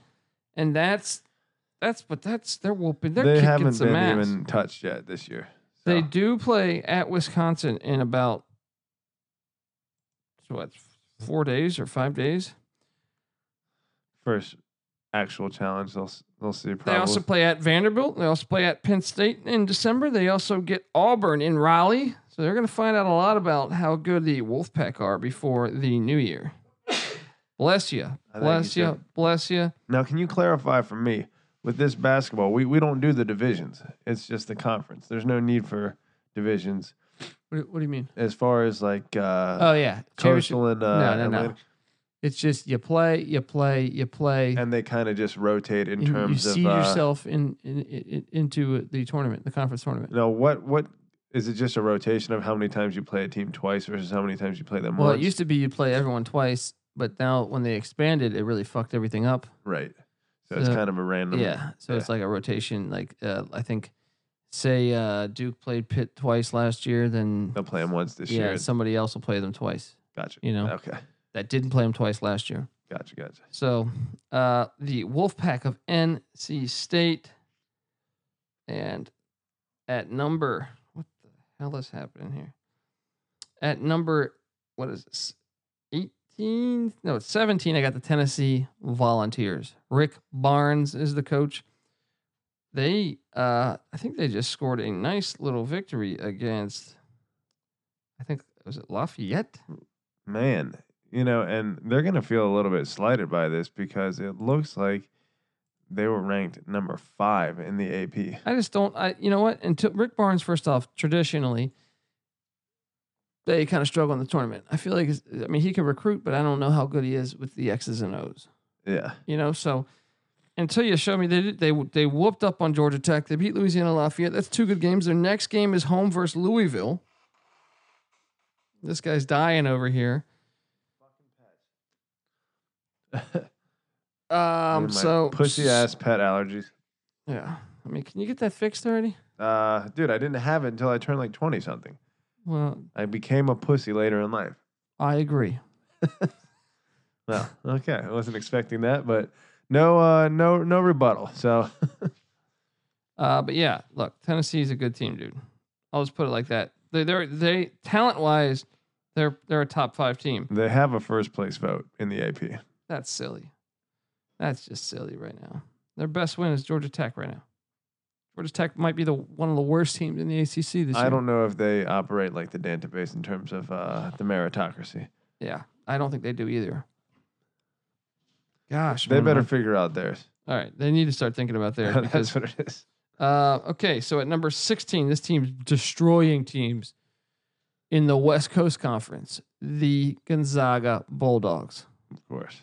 Speaker 1: and that's that's but that's they're whooping. They're
Speaker 2: they
Speaker 1: kicking
Speaker 2: haven't
Speaker 1: some
Speaker 2: been
Speaker 1: ass.
Speaker 2: even touched yet this year. So,
Speaker 1: They do play at Wisconsin in about so what four days or five days.
Speaker 2: first actual challenge they'll s- they'll see. Probably.
Speaker 1: They also play at Vanderbilt. They also play at Penn State in December. They also get Auburn in Raleigh. So they're going to find out a lot about how good the Wolfpack are before the new year. Bless you.
Speaker 2: I think
Speaker 1: Bless
Speaker 2: you
Speaker 1: you.
Speaker 2: said-
Speaker 1: Bless you.
Speaker 2: Now, can you clarify for me with this basketball? We, we don't do the divisions, it's just the conference. There's no need for divisions
Speaker 1: What, do- what do you mean?
Speaker 2: as far as like uh,
Speaker 1: Oh, yeah. Championship.
Speaker 2: coastal and uh,
Speaker 1: No, no, no.
Speaker 2: Atlantic,
Speaker 1: It's just you play, you play, you play.
Speaker 2: and they kind of just rotate in
Speaker 1: and you-
Speaker 2: terms
Speaker 1: you seed
Speaker 2: of uh,
Speaker 1: yourself in, in, in into the tournament, the conference tournament.
Speaker 2: Now, what what is it? Just a rotation of how many times you play a team twice versus how many times you play them
Speaker 1: Well,
Speaker 2: once.
Speaker 1: it used to be you play everyone twice, but now when they expanded, it really fucked everything up.
Speaker 2: right. So it's
Speaker 1: So-
Speaker 2: kind of a random.
Speaker 1: Yeah. So it's like a rotation. Like uh, I think, say uh, Duke played Pitt twice last year, then
Speaker 2: They'll play them once this
Speaker 1: yeah,
Speaker 2: year.
Speaker 1: somebody else will play them twice.
Speaker 2: Gotcha.
Speaker 1: You know
Speaker 2: Okay.
Speaker 1: that didn't play them twice last year.
Speaker 2: Gotcha. Gotcha.
Speaker 1: So uh, the Wolfpack of NC State, and at number what the hell is happening here? At number what is this? Eighteen? No, it's seventeen. I got the Tennessee Volunteers. Rick Barnes is the coach. They, uh, I think they just scored a nice little victory against. I think was it Lafayette?
Speaker 2: Man, you know, and they're gonna feel a little bit slighted by this because it looks like they were ranked number five in the AP.
Speaker 1: I just don't. I you know what? Until Rick Barnes, first off, traditionally, they kind of struggle in the tournament. I feel like it's- I mean he can recruit, but I don't know how good he is with the X's and O's.
Speaker 2: Yeah.
Speaker 1: You know, so until you show me they did- they they whooped up on Georgia Tech, they beat Louisiana Lafayette. That's two good games. Their next game is home versus Louisville. This guy's dying over here.
Speaker 2: Me
Speaker 1: Um.
Speaker 2: and my
Speaker 1: So
Speaker 2: pussy ass pet allergies.
Speaker 1: Yeah. I mean, can you get that fixed already?
Speaker 2: Uh, dude, I didn't have it until I turned like twenty something.
Speaker 1: Well,
Speaker 2: I became a pussy later in life.
Speaker 1: I agree.
Speaker 2: Well, okay, I wasn't expecting that, but no, uh, no, no rebuttal. So
Speaker 1: Uh, but yeah, look, Tennessee's a good team, dude. I'll just put it like that. They they're they talent wise, they're they're a top five team.
Speaker 2: they have a first place vote in the AP.
Speaker 1: That's silly. That's just silly right now. Their best win is Georgia Tech right now. Georgia Tech might be the one of the worst teams in the ACC this year.
Speaker 2: I don't know if they operate like the database in terms of uh, the meritocracy.
Speaker 1: Yeah, I don't think they do either. Gosh,
Speaker 2: They
Speaker 1: man.
Speaker 2: better figure out theirs.
Speaker 1: All right, they need to start thinking about there.
Speaker 2: That's
Speaker 1: because,
Speaker 2: what it is.
Speaker 1: uh, okay, so at number sixteen, this team's destroying teams in the West Coast Conference. The Gonzaga Bulldogs.
Speaker 2: Of course,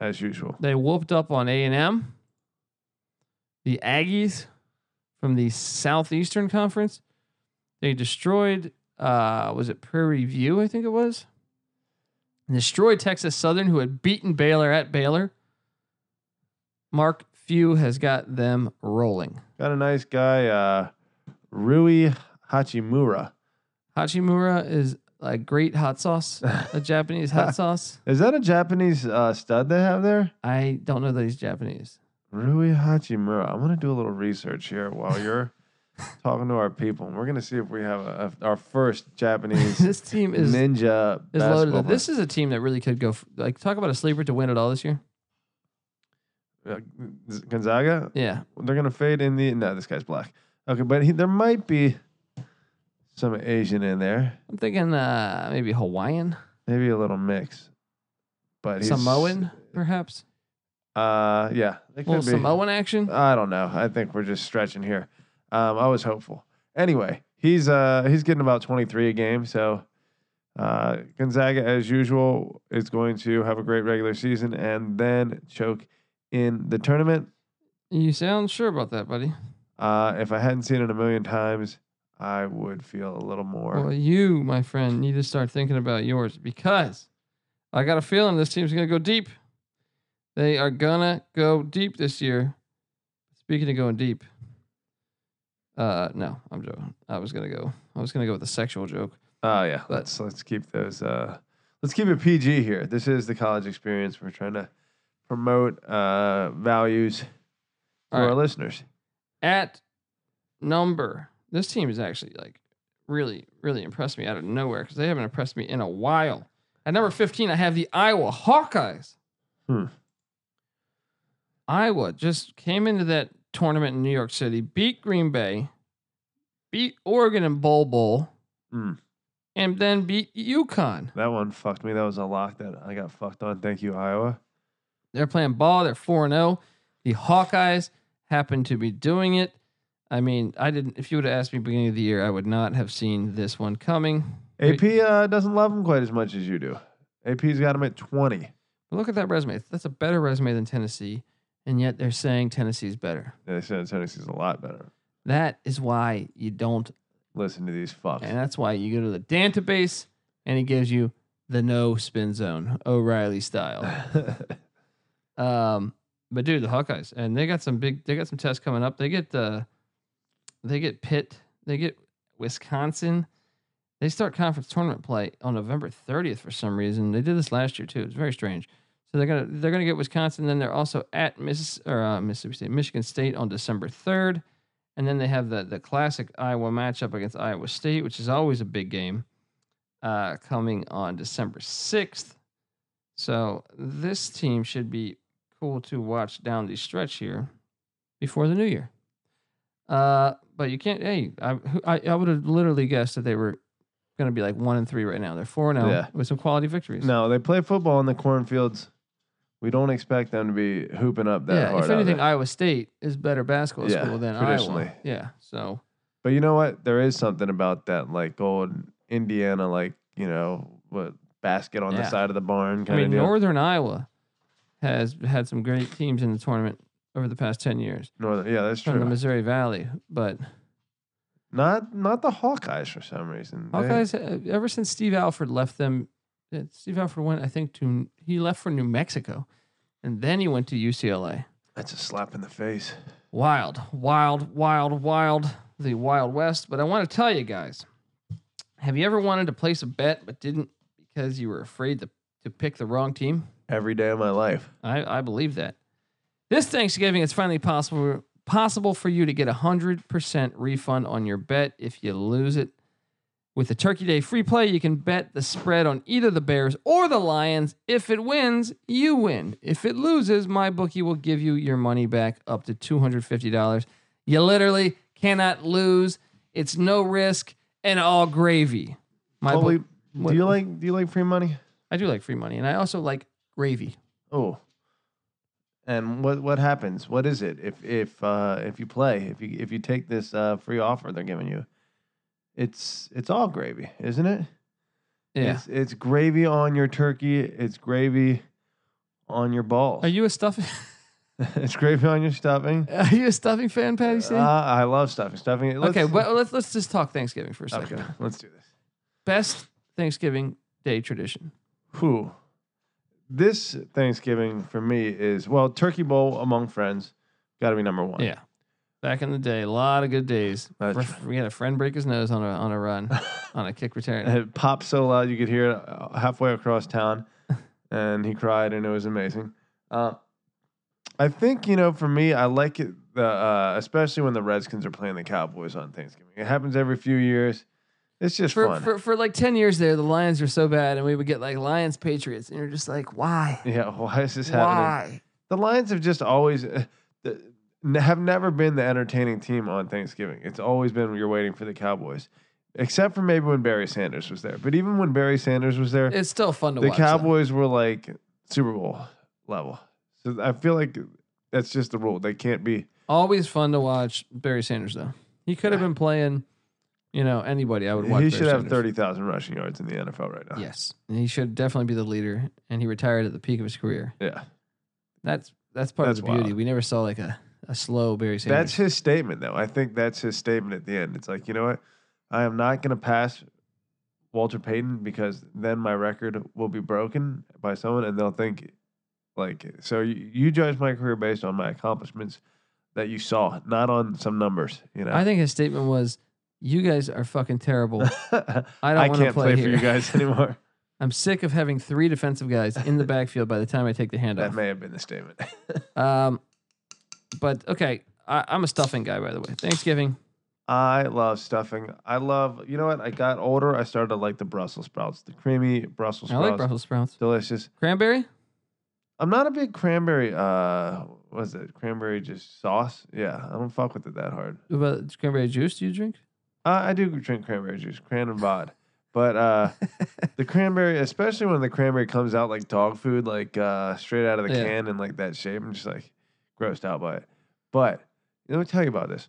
Speaker 2: as usual.
Speaker 1: They whooped up on A and M. The Aggies from the Southeastern Conference. They destroyed. Uh, was it Prairie View? I think it was. And destroyed Texas Southern, who had beaten Baylor at Baylor. Mark Few has got them rolling.
Speaker 2: Got a nice guy, uh, Rui Hachimura.
Speaker 1: Hachimura is a great hot sauce, a Japanese hot sauce.
Speaker 2: Is that a Japanese uh, stud they have there?
Speaker 1: I don't know that he's Japanese.
Speaker 2: Rui Hachimura. I want to do a little research here while you're talking to our people. We're gonna see if we have a, a- our first Japanese
Speaker 1: this team is
Speaker 2: ninja
Speaker 1: is
Speaker 2: basketball.
Speaker 1: loaded. This is a team that really could go. f- Like, talk about a sleeper to win it all this year.
Speaker 2: player. Uh, Gonzaga.
Speaker 1: Yeah,
Speaker 2: They're gonna fade in the. No, this guy's black. Okay, but he, there might be some Asian in there.
Speaker 1: I'm thinking uh, maybe Hawaiian,
Speaker 2: Maybe a little mix. But he's,
Speaker 1: Samoan, perhaps.
Speaker 2: Uh, yeah, it
Speaker 1: A little
Speaker 2: could be.
Speaker 1: Samoan action.
Speaker 2: I don't know. I think we're just stretching here. Um, I was hopeful. Anyway, he's uh he's getting about 23 a game. So uh, Gonzaga, as usual, is going to have a great regular season and then choke in the tournament.
Speaker 1: You sound sure about that, buddy.
Speaker 2: Uh, if I hadn't seen it a million times, I would feel a little more.
Speaker 1: Well, you, my friend, need to start thinking about yours because I got a feeling this team's gonna go deep. They are gonna go deep this year. Speaking of going deep, uh, no, I'm joking. I was gonna go. I was gonna go with a sexual joke.
Speaker 2: Oh yeah,
Speaker 1: But-
Speaker 2: let's let's keep those. Uh, let's keep it PG here. This is the college experience. We're trying to promote uh, values to
Speaker 1: All
Speaker 2: our
Speaker 1: right.
Speaker 2: listeners.
Speaker 1: at number. This team is actually like really, really impressed me out of nowhere because they haven't impressed me in a while. At number 15, I have the Iowa Hawkeyes.
Speaker 2: Hmm.
Speaker 1: Iowa just came into that tournament in New York City, beat Green Bay, beat Oregon in Bowl Bowl,
Speaker 2: Hmm.
Speaker 1: and then beat UConn.
Speaker 2: That one fucked me. That was a lock that I got fucked on. Thank you, Iowa.
Speaker 1: They're playing ball. They're 4 0. The Hawkeyes happen to be doing it. I mean, I didn't. If you would have asked me beginning of the year, I would not have seen this one coming. Wait,
Speaker 2: AP uh, doesn't love him quite as much as you do. AP's got him at 20.
Speaker 1: Look at that resume. That's a better resume than Tennessee, and yet they're saying Tennessee's better.
Speaker 2: They said Tennessee's a lot better.
Speaker 1: That is why you don't,
Speaker 2: Listen to these fucks.
Speaker 1: and that's why you go to the database, and it gives you the no spin zone, O'Reilly style. Um, but dude, the Hawkeyes, and they got some big. They got some tests coming up. They get uh, they get Pitt. They get Wisconsin. They start conference tournament play on November 30th for some reason. They did this last year too. It's very strange. So they're gonna they're gonna get Wisconsin. Then they're also at Miss or uh, Mississippi State, Michigan State on December 3rd, and then they have the the classic Iowa matchup against Iowa State, which is always a big game, uh, coming on December 6th. So this team should be cool to watch down the stretch here before the new year. Uh, but you can't. Hey, I who- I, I would have literally guessed that they were going to be like one and three right now. They're four and zero
Speaker 2: Yeah.
Speaker 1: with some quality victories.
Speaker 2: no, they play football in the cornfields. We don't expect them to be hooping up that
Speaker 1: yeah,
Speaker 2: hard.
Speaker 1: if
Speaker 2: out
Speaker 1: anything,
Speaker 2: there.
Speaker 1: Iowa State is better basketball
Speaker 2: Yeah,
Speaker 1: school than
Speaker 2: traditionally.
Speaker 1: Iowa. Yeah, so
Speaker 2: But you know what? There is something about that, like old Indiana, like you know, what basket on
Speaker 1: Yeah.
Speaker 2: the side of the barn
Speaker 1: I
Speaker 2: kind
Speaker 1: mean,
Speaker 2: of deal.
Speaker 1: Northern Iowa has had some great teams in the tournament over the past ten years
Speaker 2: Northern, yeah, that's
Speaker 1: from the
Speaker 2: true.
Speaker 1: Missouri Valley. But
Speaker 2: Not not the Hawkeyes for some reason. They-
Speaker 1: Hawkeyes, uh, ever since Steve Alford left them, uh, Steve Alford went, I think, to he left for New Mexico, and then he went to UCLA.
Speaker 2: That's a slap in the face.
Speaker 1: Wild, wild, wild, wild, the Wild West. But I want to tell you guys have you ever wanted to place a bet but didn't because you were afraid to, to pick the wrong team?
Speaker 2: Every day of my life.
Speaker 1: I, I believe that. This Thanksgiving, it's finally possible possible for you to get a hundred percent refund on your bet if you lose it. With the Turkey Day free play, you can bet the spread on either the Bears or the Lions. If it wins, you win. If it loses, my bookie will give you your money back up to two hundred fifty dollars. You literally cannot lose. It's no risk and all gravy. My
Speaker 2: Holy,
Speaker 1: book- what-
Speaker 2: do you like do you like free money?
Speaker 1: I do like free money, and I also like gravy.
Speaker 2: Oh, And what what happens? What is it if if uh, if you play if you if you take this uh, free offer they're giving you? It's it's all gravy, isn't it?
Speaker 1: Yeah.
Speaker 2: It's, it's gravy on your turkey. It's gravy on your balls.
Speaker 1: Are you a stuffing?
Speaker 2: it's gravy on your stuffing.
Speaker 1: Are you a stuffing fan, Patty?
Speaker 2: Uh,
Speaker 1: Stan?
Speaker 2: I love stuffing. Stuffing. Let's,
Speaker 1: okay, well, let's let's just talk Thanksgiving for a second.
Speaker 2: okay. Let's do this.
Speaker 1: Best Thanksgiving Day tradition.
Speaker 2: Whew. This Thanksgiving for me is well, turkey bowl among friends, got to be number one.
Speaker 1: Yeah. Back in the day, a lot of good days.
Speaker 2: That's
Speaker 1: Fr- We had a friend break his nose on a on a run, on a kick return.
Speaker 2: And it popped so loud you could hear it uh, halfway across town, and he cried, and it was amazing. Uh, I think you know, for me, I like it, the, uh, especially when the Redskins are playing the Cowboys on Thanksgiving. It happens every few years. It's just
Speaker 1: for,
Speaker 2: fun.
Speaker 1: for for like ten years there, the Lions were so bad, and we would get like Lions Patriots, and you're just like, why,
Speaker 2: yeah, why is this happening?
Speaker 1: why?
Speaker 2: The Lions have just always uh, th- n- have never been the entertaining team on Thanksgiving. It's always been you're waiting for the Cowboys, except for maybe when Barry Sanders was there. But even when Barry Sanders was there,
Speaker 1: It's still fun to
Speaker 2: the
Speaker 1: watch. though.
Speaker 2: Cowboys were like Super Bowl level. So I feel like that's just the rule. They can't be.
Speaker 1: Always fun to watch Barry Sanders though. He could have been playing, you know, anybody. I would watch.
Speaker 2: He
Speaker 1: Barry
Speaker 2: should have
Speaker 1: Sanders.
Speaker 2: thirty thousand rushing yards in the NFL right now.
Speaker 1: Yes, and he should definitely be the leader. And he retired at the peak of his career.
Speaker 2: Yeah.
Speaker 1: That's that's part
Speaker 2: That's
Speaker 1: of the beauty.
Speaker 2: wild.
Speaker 1: We never saw like a, a slow Barry
Speaker 2: That's
Speaker 1: Sanders.
Speaker 2: his statement, though. I think that's his statement at the end. It's like, you know what? I am not going to pass Walter Payton because then my record will be broken by someone and they'll think, like, so you, you judge my career based on my accomplishments that you saw, not on some numbers, you know?
Speaker 1: I think his statement was, "You guys are fucking terrible.
Speaker 2: I,
Speaker 1: I don't want to
Speaker 2: can't play,
Speaker 1: here.
Speaker 2: for you guys anymore.
Speaker 1: I'm sick of having three defensive guys in the backfield by the time I take the
Speaker 2: that
Speaker 1: handoff."
Speaker 2: may have been the statement.
Speaker 1: Um, but okay, I, I'm a stuffing guy, by the way. Thanksgiving,
Speaker 2: I love stuffing. I love, you know what? I got older. I started to like the Brussels sprouts, the creamy Brussels
Speaker 1: I
Speaker 2: sprouts.
Speaker 1: like Brussels sprouts,
Speaker 2: Delicious.
Speaker 1: cranberry.
Speaker 2: I'm not a big cranberry. Uh, what is it? Cranberry just sauce? Yeah, I don't fuck with it that hard.
Speaker 1: What about cranberry juice? Do you drink?
Speaker 2: Uh, I do drink cranberry juice, cran and vod, but uh, the cranberry, especially when the cranberry comes out like dog food, like uh, straight out of the
Speaker 1: Yeah.
Speaker 2: can and like that shape, I'm just like grossed out by it. But let me tell you about this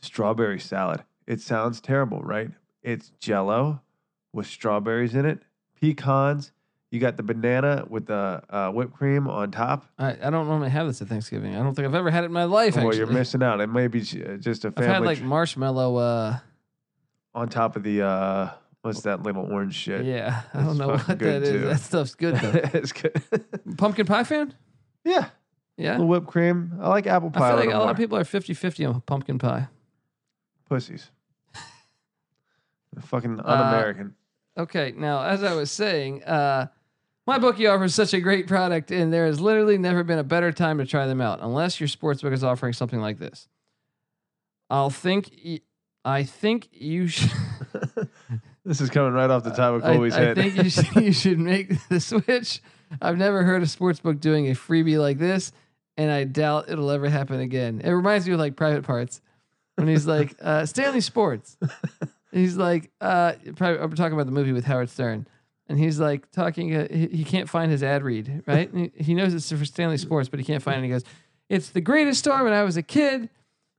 Speaker 2: strawberry salad. It sounds terrible, right? It's Jello with strawberries in it, pecans. You got the banana with the uh, whipped cream on top.
Speaker 1: I, I don't normally have this at Thanksgiving. I don't think I've ever had it in my life.
Speaker 2: Well,
Speaker 1: actually.
Speaker 2: you're missing out. It may be j- uh, just a
Speaker 1: I've
Speaker 2: family
Speaker 1: had like
Speaker 2: tr-
Speaker 1: marshmallow. Uh,
Speaker 2: on top of the uh, what's that little orange shit?
Speaker 1: yeah, I don't
Speaker 2: That's
Speaker 1: know
Speaker 2: fucking
Speaker 1: what
Speaker 2: good,
Speaker 1: that is.
Speaker 2: too.
Speaker 1: That stuff's good though.
Speaker 2: it's good.
Speaker 1: Pumpkin pie fan?
Speaker 2: yeah,
Speaker 1: Yeah,
Speaker 2: little whipped cream. I like apple
Speaker 1: I
Speaker 2: pie. a
Speaker 1: feel like a
Speaker 2: little
Speaker 1: lot of
Speaker 2: more.
Speaker 1: people are 50-50 on pumpkin pie.
Speaker 2: pussies.
Speaker 1: Uh,
Speaker 2: Fucking un-American.
Speaker 1: Okay, now as I was saying, uh, my bookie offers such a great product, and there has literally never been a better time to try them out, unless your sportsbook is offering something like this. I'll think. y- I think you should.
Speaker 2: this is coming right off the top of
Speaker 1: I,
Speaker 2: Colby's
Speaker 1: I
Speaker 2: head.
Speaker 1: think you should, you should make the switch. I've never heard a sportsbook doing a freebie like this, and I doubt it'll ever happen again. It reminds me of like private parts when he's like uh, Stanley Sports. He's like, uh, private, we're talking about the movie with Howard Stern, and he's like talking. Uh, he, he can't find his ad read right. And he, he knows it's for Stanley Sports, but he can't find it. He goes, "It's the greatest store when I was a kid."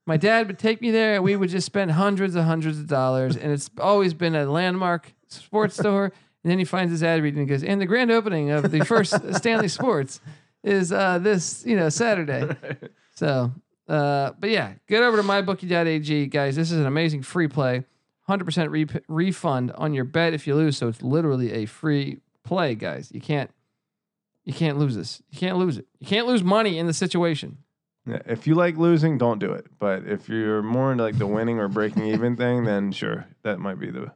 Speaker 1: My dad would take me there, and we would just spend hundreds and hundreds of dollars. And it's always been a landmark sports store. And then he finds his ad read and he goes, "And the grand opening of the first Stanley Sports is uh, this, you know, Saturday." So, uh, but yeah, get over to mybookie.ag, guys. This is an amazing free play, hundred percent re- refund on your bet if you lose. So it's literally a free play, guys. You can't, you can't lose this. You can't lose it. You can't lose money in the situation.
Speaker 2: Yeah, if you like losing, don't do it. But if you're more into like the winning or breaking even thing, then sure, that might be the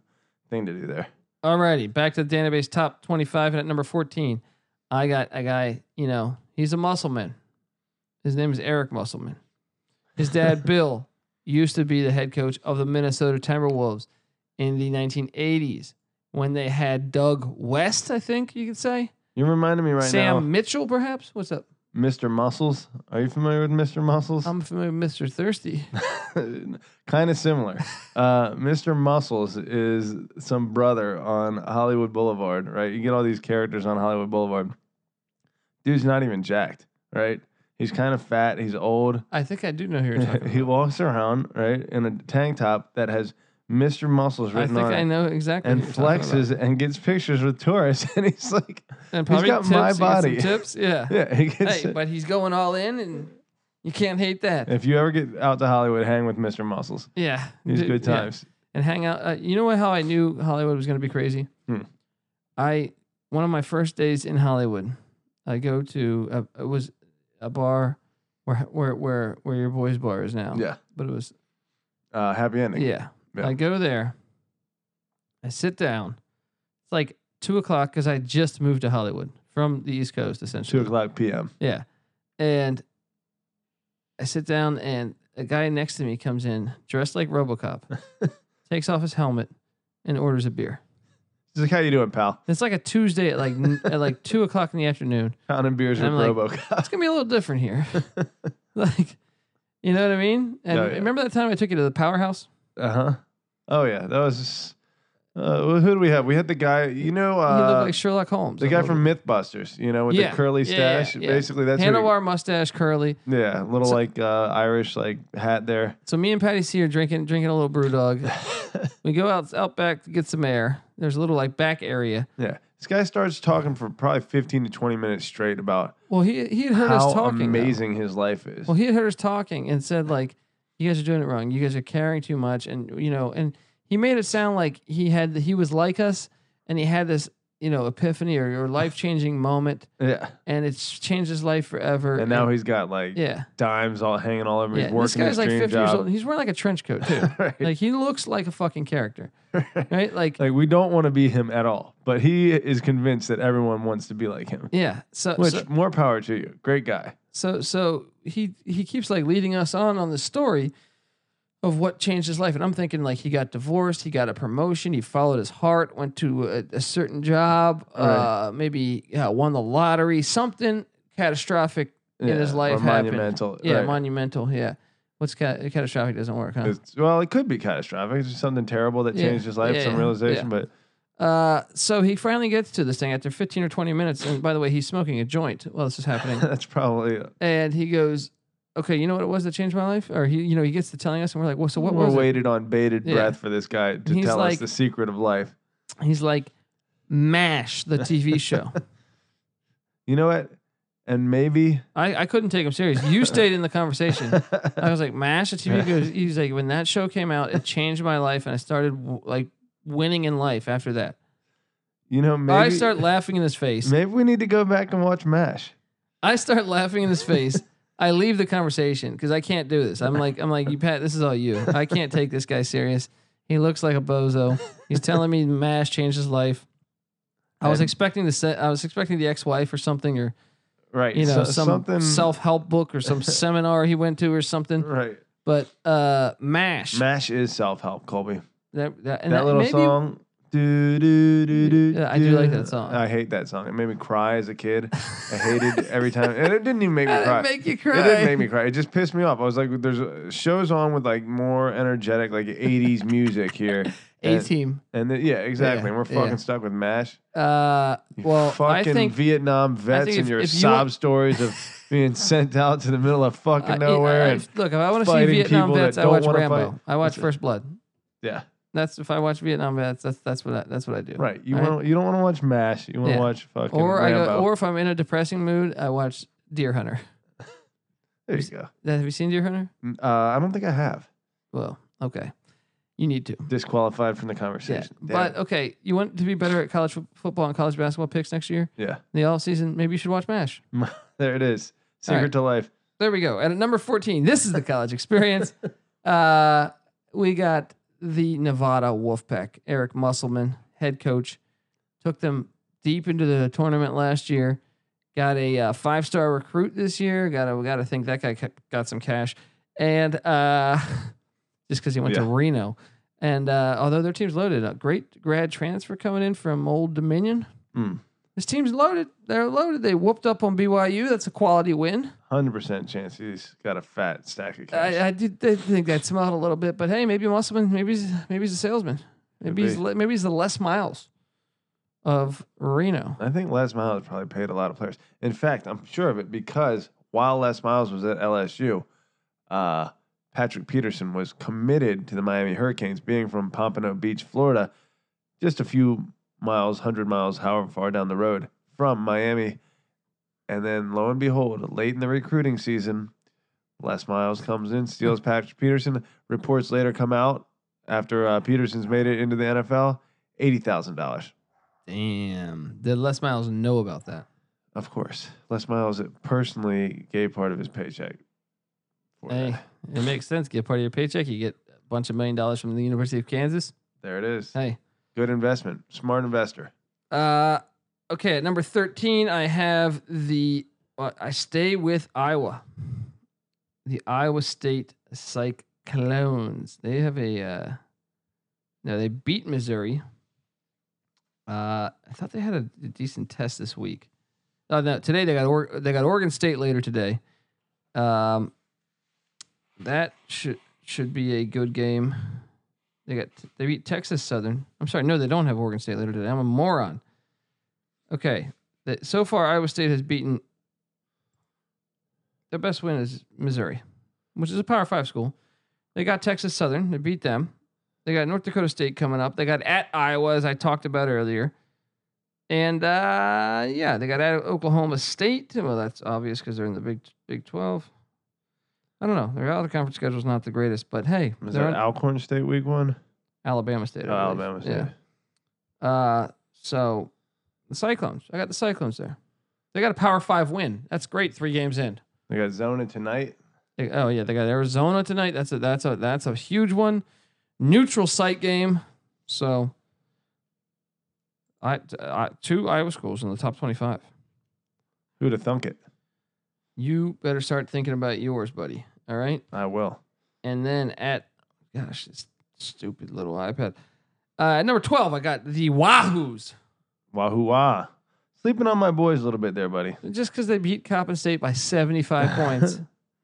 Speaker 2: thing to do there.
Speaker 1: Alrighty, back to the database top 25 and at number 14, I got a guy, you know, he's a muscleman. His name is Eric Musselman. His dad, Bill, used to be the head coach of the Minnesota Timberwolves in the 1980s when they had Doug West, I think you could say.
Speaker 2: You're reminding me right
Speaker 1: Sam Mitchell, perhaps? What's up?
Speaker 2: now, Mr. Muscles. Are you familiar with Mr. Muscles?
Speaker 1: I'm familiar with Mr. Thirsty.
Speaker 2: kind of similar. Uh, Mr. Muscles is some brother on Hollywood Boulevard, right? You get all these characters on Hollywood Boulevard. Dude's not even jacked, right? He's kind of fat. He's old.
Speaker 1: I think I do know who you're talking
Speaker 2: he
Speaker 1: about.
Speaker 2: walks around, right, in a tank top that has Mr. Muscles
Speaker 1: I
Speaker 2: written
Speaker 1: think
Speaker 2: on
Speaker 1: I
Speaker 2: it.
Speaker 1: know exactly.
Speaker 2: And
Speaker 1: who you're talking about.
Speaker 2: flexes and gets pictures with tourists, and he's like,
Speaker 1: And probably
Speaker 2: got
Speaker 1: tips,
Speaker 2: my
Speaker 1: he got some
Speaker 2: body.
Speaker 1: tips, yeah.
Speaker 2: yeah, he gets.
Speaker 1: Hey, but he's going all in, and you can't hate that.
Speaker 2: if you ever get out to Hollywood, hang with Mr. Muscles.
Speaker 1: Yeah,
Speaker 2: He's
Speaker 1: Dude,
Speaker 2: good
Speaker 1: yeah.
Speaker 2: times.
Speaker 1: And hang out. Uh, you know what? How I knew Hollywood was going to be crazy.
Speaker 2: Hmm.
Speaker 1: I one of my first days in Hollywood, I go to a, it was a bar where where where where your boys' bar is now.
Speaker 2: Yeah.
Speaker 1: but it was
Speaker 2: Uh, happy ending.
Speaker 1: Oh. yeah.
Speaker 2: Yeah.
Speaker 1: I go there. I sit down. It's like two o'clock because I just moved to Hollywood from the East Coast, essentially.
Speaker 2: Two o'clock p.m.
Speaker 1: Yeah. And I sit down and a guy next to me comes in dressed like RoboCop, takes off his helmet and orders a beer.
Speaker 2: He's like, "How you doing, pal?
Speaker 1: It's like a Tuesday at like n- at like two o'clock in the afternoon.
Speaker 2: Pounding beers with
Speaker 1: And I'm
Speaker 2: RoboCop."
Speaker 1: It's gonna be a little different here, like, you know what I mean? And
Speaker 2: Oh, yeah.
Speaker 1: remember that time I took you to the powerhouse?
Speaker 2: Uh
Speaker 1: Uh-huh.
Speaker 2: huh. Oh yeah, that was. Uh, who do we have? We had the guy. You know,
Speaker 1: he
Speaker 2: uh,
Speaker 1: looked like Sherlock Holmes.
Speaker 2: the
Speaker 1: a
Speaker 2: guy
Speaker 1: little
Speaker 2: from MythBusters. You know, with
Speaker 1: Yeah.
Speaker 2: the curly
Speaker 1: Yeah, yeah,
Speaker 2: stash.
Speaker 1: yeah.
Speaker 2: Basically,
Speaker 1: bit.
Speaker 2: that's who he-
Speaker 1: handlebar, mustache, curly.
Speaker 2: Yeah, little
Speaker 1: So-
Speaker 2: like uh, Irish like hat there.
Speaker 1: So me and Patty C are drinking drinking a little brew dog. we go out out back to get some air. There's a little like back area.
Speaker 2: Yeah, this guy starts talking for probably fifteen to twenty minutes straight about
Speaker 1: Well, he he had heard
Speaker 2: how
Speaker 1: us talking. though.
Speaker 2: amazing his life is.
Speaker 1: Well, he had heard us talking and said like, "You guys are doing it wrong. You guys are caring too much." And you know, and he made it sound like he had he was like us, and he had this you know epiphany or, or life changing moment,
Speaker 2: yeah,
Speaker 1: and it's changed his life forever.
Speaker 2: and now he's got like
Speaker 1: yeah,
Speaker 2: dimes all hanging all over.
Speaker 1: yeah.
Speaker 2: He's
Speaker 1: And This
Speaker 2: working
Speaker 1: guy's
Speaker 2: his
Speaker 1: like
Speaker 2: dream
Speaker 1: fifty years old,
Speaker 2: job.
Speaker 1: and he's wearing like a trench coat too.
Speaker 2: Right.
Speaker 1: Like he looks like a fucking character, right? Like
Speaker 2: Like we don't want to be him at all, but he is convinced that everyone wants to be like him.
Speaker 1: yeah. So
Speaker 2: Which
Speaker 1: so,
Speaker 2: more power to you, great guy.
Speaker 1: so so he he keeps like leading us on on this story of what changed his life and i'm thinking like he got divorced he got a promotion he followed his heart went to a, a certain job uh maybe yeah, won the lottery something catastrophic
Speaker 2: Yeah,
Speaker 1: in his life
Speaker 2: or
Speaker 1: happened
Speaker 2: monumental,
Speaker 1: yeah
Speaker 2: right.
Speaker 1: monumental yeah what's ca- catastrophic doesn't work huh
Speaker 2: It's- well, it could be catastrophic. It's just something terrible that
Speaker 1: Yeah,
Speaker 2: changed his life,
Speaker 1: yeah,
Speaker 2: some
Speaker 1: yeah,
Speaker 2: realization.
Speaker 1: yeah.
Speaker 2: But
Speaker 1: uh so he finally gets to this thing after 15 or 20 minutes and by the way he's smoking a joint while this is happening
Speaker 2: that's probably
Speaker 1: and he goes okay you know what it was that changed my life or he you know he gets to telling us and we're like well so what
Speaker 2: we're
Speaker 1: was it?
Speaker 2: waited on bated
Speaker 1: Yeah.
Speaker 2: breath for this guy to
Speaker 1: He's
Speaker 2: tell
Speaker 1: like-
Speaker 2: us the secret of life.
Speaker 1: He's like, MASH, the TV show.
Speaker 2: You know what? And maybe
Speaker 1: I, I couldn't take him serious. You stayed in the conversation. I was like, MASH, the TV goes. He's like, when that show came out, it changed my life, and I started w- like winning in life after that.
Speaker 2: you know maybe
Speaker 1: I start laughing in his face.
Speaker 2: maybe we need to go back and watch Mash.
Speaker 1: I start laughing in his face. I leave the conversation because I can't do this. I'm like, I'm like, you Pat, this is all you. I can't take this guy serious. He looks like a bozo. He's telling me Mash changed his life. I was
Speaker 2: And-
Speaker 1: expecting the set. I was expecting the ex-wife or something or
Speaker 2: Right.
Speaker 1: you know,
Speaker 2: so-
Speaker 1: some
Speaker 2: something
Speaker 1: self-help book or some seminar he went to or something.
Speaker 2: Right.
Speaker 1: But uh, Mash,
Speaker 2: Mash is self help, Colby.
Speaker 1: that, that, and
Speaker 2: that, little
Speaker 1: maybe-
Speaker 2: song. Do, do, do, do,
Speaker 1: Yeah, I do like
Speaker 2: do.
Speaker 1: that song.
Speaker 2: I hate that song. It made me cry as a kid. I hated every time, and it didn't even make me
Speaker 1: That
Speaker 2: cry.
Speaker 1: didn't make you cry.
Speaker 2: It didn't make me cry. It just pissed me off. I was like, "There's uh, shows on with like more energetic, like '80s music here."
Speaker 1: A
Speaker 2: And,
Speaker 1: team.
Speaker 2: and then, yeah, exactly.
Speaker 1: Yeah,
Speaker 2: and we're fucking
Speaker 1: yeah.
Speaker 2: stuck with Mash.
Speaker 1: Uh,
Speaker 2: You
Speaker 1: well, I
Speaker 2: fucking
Speaker 1: think
Speaker 2: Vietnam vets
Speaker 1: think if-
Speaker 2: and your
Speaker 1: if you
Speaker 2: sob
Speaker 1: want-
Speaker 2: stories of being sent out to the middle of
Speaker 1: I-
Speaker 2: fucking nowhere.
Speaker 1: I- I-
Speaker 2: and
Speaker 1: look, if I want to see
Speaker 2: fighting
Speaker 1: Vietnam
Speaker 2: people that
Speaker 1: vets, I
Speaker 2: don't
Speaker 1: watch
Speaker 2: wanna
Speaker 1: Rambo.
Speaker 2: fight.
Speaker 1: I watch
Speaker 2: It's-
Speaker 1: First Blood.
Speaker 2: yeah,
Speaker 1: That's if I watch Vietnam vets. That's that's what I, that's what I do.
Speaker 2: right. You
Speaker 1: Right.
Speaker 2: want you don't want to watch Mash. You want to
Speaker 1: Yeah.
Speaker 2: watch fucking
Speaker 1: Or
Speaker 2: Rambo.
Speaker 1: I go, or if I'm in a depressing mood, I watch Deer Hunter.
Speaker 2: there you go.
Speaker 1: Have you seen Deer Hunter?
Speaker 2: N- Uh, I don't think I have
Speaker 1: Well, okay, you need to.
Speaker 2: disqualified from the
Speaker 1: Yeah,
Speaker 2: conversation. Damn.
Speaker 1: but okay, you want to be better at college fo- football and college basketball picks next year.
Speaker 2: yeah,
Speaker 1: the all season, maybe you should watch MASH.
Speaker 2: there it is. Secret
Speaker 1: right.
Speaker 2: to life.
Speaker 1: There we go. And at number 14, this is the college experience. Uh, we got the Nevada Wolfpack. Eric Musselman, head coach, took them deep into the tournament last year. Got a uh, five star recruit this year. Got to got to think that guy ca- got some cash, and uh, just because he went to
Speaker 2: Yeah.
Speaker 1: Reno, and uh, although their team's loaded, a great grad transfer coming in from Old Dominion.
Speaker 2: Mm.
Speaker 1: This team's loaded. They're loaded. They whooped up on BYU. That's a quality win.
Speaker 2: Hundred percent chance he's got a fat stack of cash.
Speaker 1: I, I did did think that smelled a little bit, but hey, maybe Musselman, maybe he's, maybe he's a salesman. Maybe
Speaker 2: Could
Speaker 1: he's
Speaker 2: be.
Speaker 1: le- maybe he's the less miles. of Reno.
Speaker 2: I think Les Miles probably paid a lot of players. In fact, I'm sure of it because while Les Miles was at LSU, uh, Patrick Peterson was committed to the Miami Hurricanes, being from Pompano Beach, Florida, just a few miles, 100 miles, however far down the road from Miami. And then lo and behold, late in the recruiting season, Les Miles comes in, steals Patrick Peterson. Reports later come out after uh, Peterson's made it into the NFL $80,000.
Speaker 1: Damn. Did Les Miles know about that?
Speaker 2: Of course. Les Miles personally gave part of his paycheck. for
Speaker 1: Hey,
Speaker 2: that.
Speaker 1: it makes sense. Get part of your paycheck. You get a bunch of million dollars from the University of Kansas.
Speaker 2: There it is.
Speaker 1: Hey.
Speaker 2: Good investment. Smart investor.
Speaker 1: Uh, okay, at number 13, I have the. Uh, I stay with Iowa. The Iowa State Cyclones. They have a. Uh, no, they beat Missouri. Uh, I thought they had a, a decent test this week. Oh no, today they got or- they got Oregon State later today. Um, that should should be a good game. They got they beat Texas Southern. I'm sorry, no, they don't have Oregon State later today. I'm a moron. Okay, that, so far Iowa State has beaten. Their best win is Missouri, which is a Power Five school. They got Texas Southern. They beat them. They got North Dakota State coming up. They got at Iowa, as I talked about earlier. And uh, yeah, they got at Oklahoma State. Well, that's obvious because they're in the Big Big Twelve. I don't know. Their out of conference schedule is not the greatest, but hey,
Speaker 2: Is
Speaker 1: they're
Speaker 2: that
Speaker 1: in-
Speaker 2: Alcorn State week one?
Speaker 1: Alabama State. I
Speaker 2: Oh,
Speaker 1: believe.
Speaker 2: Alabama State.
Speaker 1: Yeah. Uh, so the Cyclones. I got the Cyclones there. They got a Power Five win. That's great. Three games in.
Speaker 2: They got Zona tonight.
Speaker 1: They- oh yeah, they got Arizona tonight. That's a that's a that's a huge one. Neutral site game. So, I, I two Iowa schools in the top twenty-five.
Speaker 2: Who'd have thunk it?
Speaker 1: You better start thinking about yours, buddy. All right.
Speaker 2: I will.
Speaker 1: And then at, gosh, this stupid little iPad. Uh, at number 12, I got the Wahoos.
Speaker 2: Wahoo wah. Sleeping on my boys a little bit there, buddy.
Speaker 1: Just because they beat Coppin State by 75 points.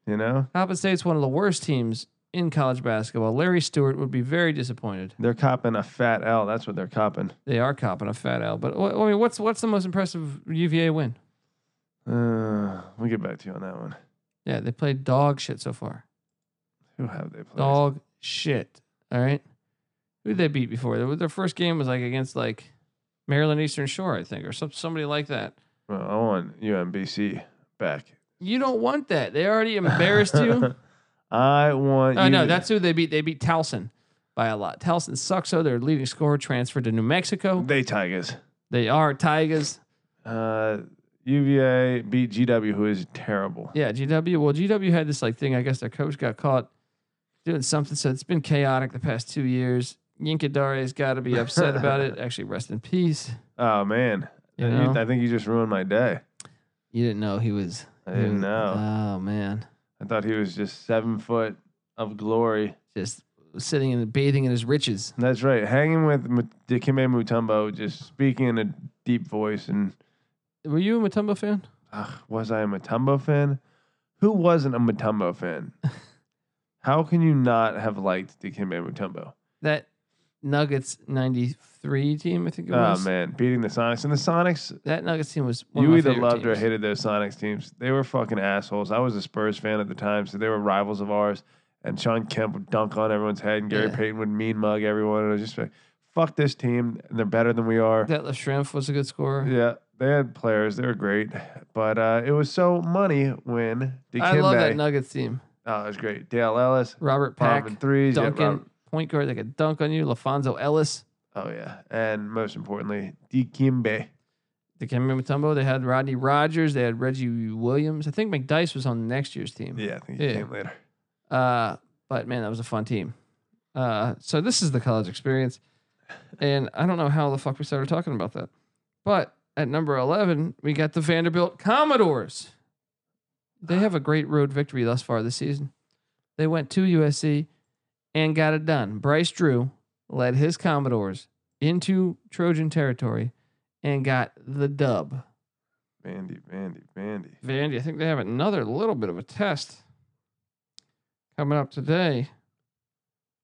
Speaker 2: You know?
Speaker 1: Coppin State's one of the worst teams in college basketball. Larry Stewart would be very disappointed.
Speaker 2: They're copping a fat L. That's what they're copping.
Speaker 1: They are copping a fat L. But, wh- I mean, what's what's the most impressive UVA win?
Speaker 2: Uh, we'll get back to you on that one.
Speaker 1: Yeah, they played dog shit so far.
Speaker 2: Who have they played?
Speaker 1: Dog shit. All right. Who did they beat before? Their- Their first game was like against like Maryland Eastern Shore, I think, or some, somebody like that.
Speaker 2: Well, I want UMBC back.
Speaker 1: You don't want that. They already embarrassed you.
Speaker 2: I want
Speaker 1: oh
Speaker 2: you.
Speaker 1: no, that's who they beat. They beat Towson by a lot. Towson sucks. So their leading scorer transferred to New Mexico.
Speaker 2: They Tigers.
Speaker 1: They are Tigers.
Speaker 2: Uh, UVA beat GW, who is terrible.
Speaker 1: Yeah, GW. Well, GW had this like thing. I guess their coach got caught doing something. So it's been chaotic the past two years. Yinkadare has got to be upset about it. Actually, rest in peace.
Speaker 2: Oh man,
Speaker 1: You
Speaker 2: You-
Speaker 1: know?
Speaker 2: I think you just ruined my day.
Speaker 1: You didn't know he was.
Speaker 2: I didn't
Speaker 1: he was-
Speaker 2: know.
Speaker 1: Oh man,
Speaker 2: I thought he was just seven foot of glory.
Speaker 1: just sitting and bathing in his riches.
Speaker 2: That's right, hanging with M- Dikembe Mutombo, just speaking in a deep voice. And
Speaker 1: Were you a Matumbo fan?
Speaker 2: ugh, was I a Mutombo fan? Who wasn't a Mutombo fan? How can you not have liked Dikembe Mutombo?
Speaker 1: That Nuggets '93 team, I think it
Speaker 2: Oh
Speaker 1: was.
Speaker 2: man, beating the Sonics and the Sonics
Speaker 1: That Nuggets team was one
Speaker 2: You
Speaker 1: of my
Speaker 2: either
Speaker 1: favorite
Speaker 2: loved or
Speaker 1: teams.
Speaker 2: hated those Sonics teams. They were fucking assholes. I was a Spurs fan at the time, so they were rivals of ours. And Sean Kemp would dunk on everyone's head, and Gary
Speaker 1: Yeah.
Speaker 2: Payton would mean mug everyone. And it was just like, fuck this team. They're better than we are.
Speaker 1: Detlef Schrempf was a good scorer.
Speaker 2: Yeah, they had players. They were great. But uh, it was so money when Dikembe.
Speaker 1: I love that Nuggets team.
Speaker 2: Oh, it was great. Dale Ellis,
Speaker 1: Robert Pack,
Speaker 2: bombing threes. yeah,
Speaker 1: Duncan,
Speaker 2: Robert-
Speaker 1: point guard that could dunk on you. LaFonso Ellis,
Speaker 2: oh, yeah. And most importantly, Dikembe.
Speaker 1: Dikembe Mutombo. They had Rodney Rogers. They had Reggie Williams. I think McDice was on next year's team.
Speaker 2: Yeah, I think he
Speaker 1: Yeah.
Speaker 2: came later.
Speaker 1: Uh, but man, that was a fun team. Uh, so this is the college experience, and I don't know how the fuck we started talking about that, but at number eleven we got the Vanderbilt Commodores. They have a great road victory thus far this season. They went to USC and got it done. Bryce Drew led his Commodores into Trojan territory and got the dub.
Speaker 2: Bandy, bandy, bandy.
Speaker 1: Vandy, I think they have another little bit of a test coming up today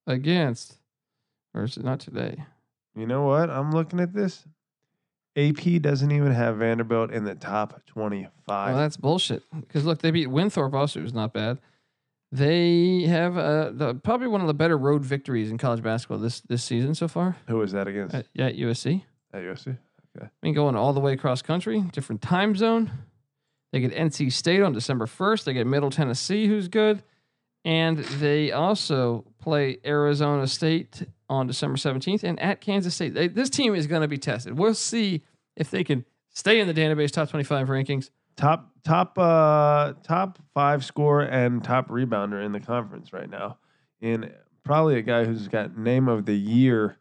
Speaker 1: against, or is it not today?
Speaker 2: You know what? I'm looking at this. AP doesn't even have Vanderbilt in the top 25.
Speaker 1: Well, that's bullshit. Because look, they beat Winthrop also, who's not bad. They have uh, the, probably one of the better road victories in college basketball this this season so far
Speaker 2: Who is that against?
Speaker 1: at, at USC.
Speaker 2: At USC?
Speaker 1: I mean, going all the way across country, different time zone. They get NC State on December 1st. They get Middle Tennessee, who's good. And they also play Arizona State on December 17th and at Kansas State. They, this team is going to be tested. We'll see if they can stay in the database top 25 rankings.
Speaker 2: Top top uh top 5 scorer and top rebounder in the conference right now. And probably a guy who's got name of the year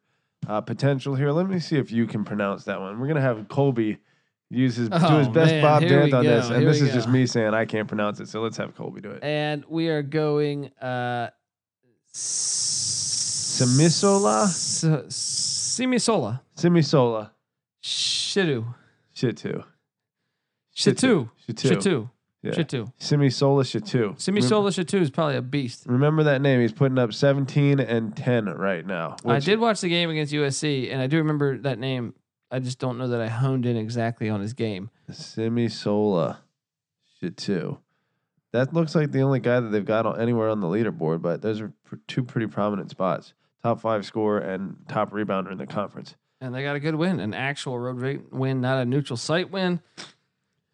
Speaker 2: uh, potential here. Let me see if you can pronounce that one. We're going to have Colby use his do his
Speaker 1: Oh,
Speaker 2: best
Speaker 1: man,
Speaker 2: Bob
Speaker 1: here
Speaker 2: Dant
Speaker 1: we
Speaker 2: on
Speaker 1: go,
Speaker 2: this. And
Speaker 1: here
Speaker 2: this
Speaker 1: we
Speaker 2: is just
Speaker 1: go. Eh.
Speaker 2: me saying I can't pronounce it. So let's have Colby do it.
Speaker 1: And we are going. Uh, Simisola?
Speaker 2: Simisola?
Speaker 1: Simisola.
Speaker 2: Simisola.
Speaker 1: Shitu.
Speaker 2: Shitu.
Speaker 1: Shitu.
Speaker 2: Shitu.
Speaker 1: Shitu.
Speaker 2: Yeah.
Speaker 1: Shitu.
Speaker 2: Simisola Shitu.
Speaker 1: Simisola Shitu is probably a beast.
Speaker 2: Remember that name. He's putting up 17 and 10 right now.
Speaker 1: I
Speaker 2: which-
Speaker 1: did watch the game against USC, and I do remember that name. I just don't know that I honed in exactly on his game.
Speaker 2: Simisola Shitu. That looks like the only guy that they've got on, anywhere on the leaderboard, but those are pr- two pretty prominent spots. Top five scorer and top rebounder in the conference.
Speaker 1: And they got a good win, an actual road vi- win, not a neutral site win.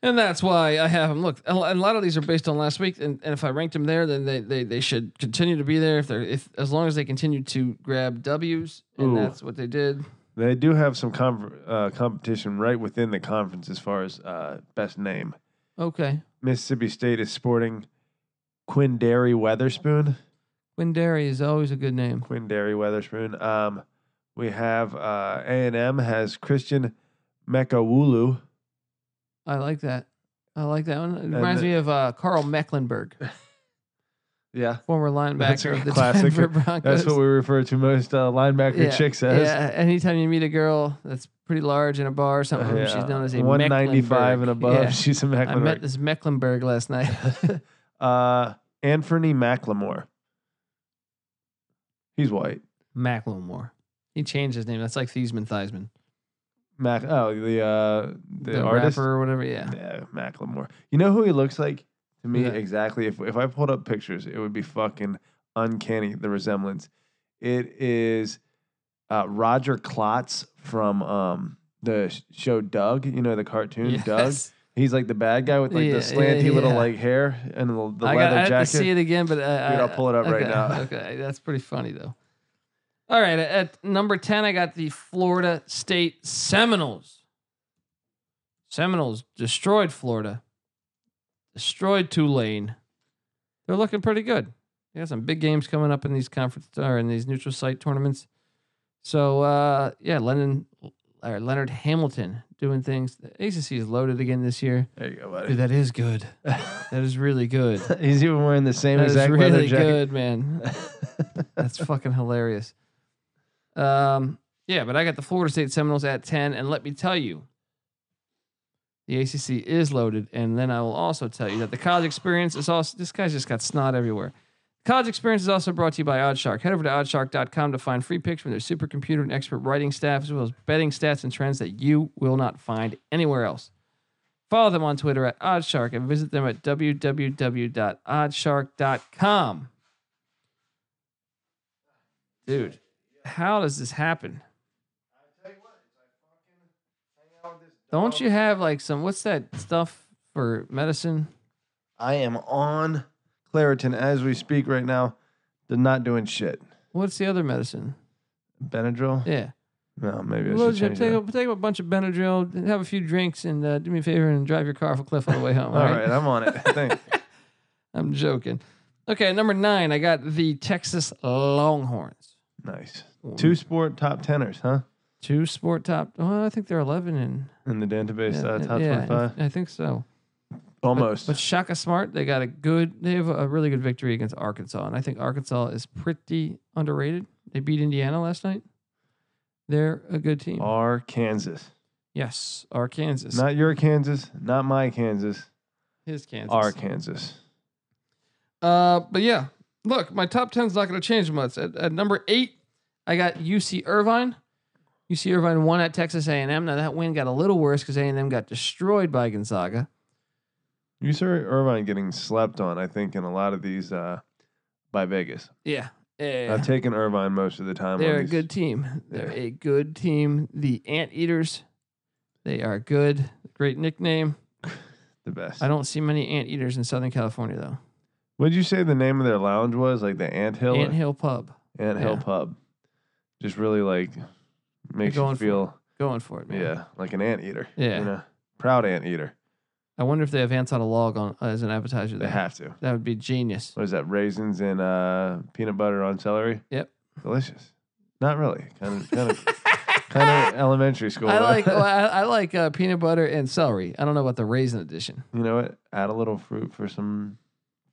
Speaker 1: And that's why I have them. Look, a lo- a lot of these are based on last week, and, and if I ranked them there, then they, they, they should continue to be there if they're if as long as they continue to grab W's, and
Speaker 2: Ooh.
Speaker 1: that's what they did.
Speaker 2: They do have some com- uh, competition right within the conference as far as uh, best name.
Speaker 1: Okay,
Speaker 2: Mississippi State is sporting Quindary Weatherspoon.
Speaker 1: Windary is always a good name.
Speaker 2: Quindary Weatherspoon. Um, we have uh, A&M has Christian Mekawulu.
Speaker 1: I like that. I like that one. It reminds
Speaker 2: the-
Speaker 1: me of uh, Carl Mecklenburg,
Speaker 2: Yeah.
Speaker 1: former
Speaker 2: That's a
Speaker 1: linebacker of the
Speaker 2: classic.
Speaker 1: Denver Broncos.
Speaker 2: That's what we refer to most uh, linebacker chicks as.
Speaker 1: Yeah, anytime you meet a girl that's pretty large in a bar or
Speaker 2: Uh,
Speaker 1: something, she's known as a
Speaker 2: 195
Speaker 1: Mecklenburg.
Speaker 2: and above.
Speaker 1: Yeah.
Speaker 2: She's a
Speaker 1: I met
Speaker 2: Mecklenburg.
Speaker 1: this Mecklenburg last night.
Speaker 2: uh, Anthony Macklemore. He's white.
Speaker 1: Macklemore. He changed his name. That's like Thiesman Thiesman.
Speaker 2: Mac. Oh, the uh, the, artist.
Speaker 1: rapper or whatever. Yeah.
Speaker 2: Yeah, Macklemore. You know who he looks like to me
Speaker 1: Yeah.
Speaker 2: exactly. If if I pulled up pictures, it would be fucking uncanny the resemblance. It is uh, Roger Klotz from um, the sh- show Doug. You know the cartoon Doug.
Speaker 1: Yes.
Speaker 2: He's like the bad guy with like
Speaker 1: Yeah,
Speaker 2: the slanty
Speaker 1: yeah,
Speaker 2: little
Speaker 1: yeah.
Speaker 2: like hair and the, the
Speaker 1: I got
Speaker 2: leather
Speaker 1: I have to
Speaker 2: jacket.
Speaker 1: see it again, but uh,
Speaker 2: Dude, I'll pull it up right
Speaker 1: okay,
Speaker 2: now.
Speaker 1: Okay, that's pretty funny though. All right, at number ten, I got the Florida State Seminoles. Seminoles destroyed Florida, destroyed Tulane. They're looking pretty good. They got some big games coming up in these conference or in these neutral site tournaments. So uh, yeah, Lennon or Leonard Hamilton doing things. The ACC is loaded again this year.
Speaker 2: There you go,
Speaker 1: Dude,
Speaker 2: buddy.
Speaker 1: that is good. That is really good.
Speaker 2: He's even wearing the same
Speaker 1: That is
Speaker 2: exact leather
Speaker 1: really
Speaker 2: jacket.
Speaker 1: good, man. That's fucking hilarious. Um, yeah, but I got the Florida State Seminoles at ten, and let me tell you, the ACC is loaded. And then I will also tell you that the college experience is also. This guy's just got snot everywhere. College experience is also brought to you by Oddshark. Head over to oddshark.com to find free picks from their supercomputer and expert writing staff, as well as betting stats and trends that you will not find anywhere else. Follow them on Twitter at Oddshark and visit them at www.oddshark.com. Dude, how does this happen? Don't you have like some what's that stuff for medicine?
Speaker 2: I am on Claritin as we speak right now. They're not doing shit.
Speaker 1: What's the other medicine?
Speaker 2: Benadryl?
Speaker 1: Yeah.
Speaker 2: No, maybe I
Speaker 1: Well,
Speaker 2: should
Speaker 1: just
Speaker 2: change
Speaker 1: take,
Speaker 2: that.
Speaker 1: a, take a bunch of Benadryl, and have a few drinks, and uh, do me a favor and drive your car off a cliff on the way home.
Speaker 2: All right, I'm on it. Thanks.
Speaker 1: I'm joking. Okay, number nine, I got the Texas Longhorns.
Speaker 2: Nice. Two sport top teners, huh?
Speaker 1: Two sport top. Oh, I think they're 11 and
Speaker 2: In the database uh, top
Speaker 1: yeah,
Speaker 2: 25.
Speaker 1: I think so. But-
Speaker 2: Almost.
Speaker 1: But, Shaka Smart, they got a good, they have a really good victory against Arkansas, and I think Arkansas is pretty underrated. They beat Indiana last night. They're a good team.
Speaker 2: Our Kansas.
Speaker 1: yes, Arkansas,
Speaker 2: Not your Kansas, not my Kansas,
Speaker 1: his Kansas.
Speaker 2: our Kansas.
Speaker 1: Uh, but yeah, look, my top ten's not going to change much. At, at number eight, I got UC Irvine. UC Irvine won at Texas A&M. Now that win got a little worse because A&M got destroyed by Gonzaga.
Speaker 2: UC Irvine getting slept on, I think, in a lot of these uh, by Vegas.
Speaker 1: Yeah,
Speaker 2: I've taken Irvine most of the time. on
Speaker 1: they're a
Speaker 2: these-
Speaker 1: good team. They're
Speaker 2: Yeah.
Speaker 1: a good team. The Anteaters. They are good. Great nickname.
Speaker 2: the best.
Speaker 1: I don't see many anteaters in Southern California though.
Speaker 2: What'd you say the name of their lounge was? Like the Ant Hill,
Speaker 1: Ant Hill Pub.
Speaker 2: Ant Hill
Speaker 1: yeah.
Speaker 2: Pub. Just really like makes
Speaker 1: going
Speaker 2: you
Speaker 1: for
Speaker 2: feel
Speaker 1: Going for it, man.
Speaker 2: yeah, like an anteater.
Speaker 1: Yeah.
Speaker 2: You know? Proud anteater.
Speaker 1: I wonder if they have ants on a log on as an appetizer.
Speaker 2: They
Speaker 1: there.
Speaker 2: have to.
Speaker 1: That would be genius.
Speaker 2: What is that? Raisins and uh, peanut butter on celery?
Speaker 1: Yep.
Speaker 2: Delicious. Not really. Kind of kind of kind of elementary school.
Speaker 1: I
Speaker 2: though.
Speaker 1: like well, I, I like uh, peanut butter and celery. I don't know about the raisin edition.
Speaker 2: you know what? Add a little fruit for some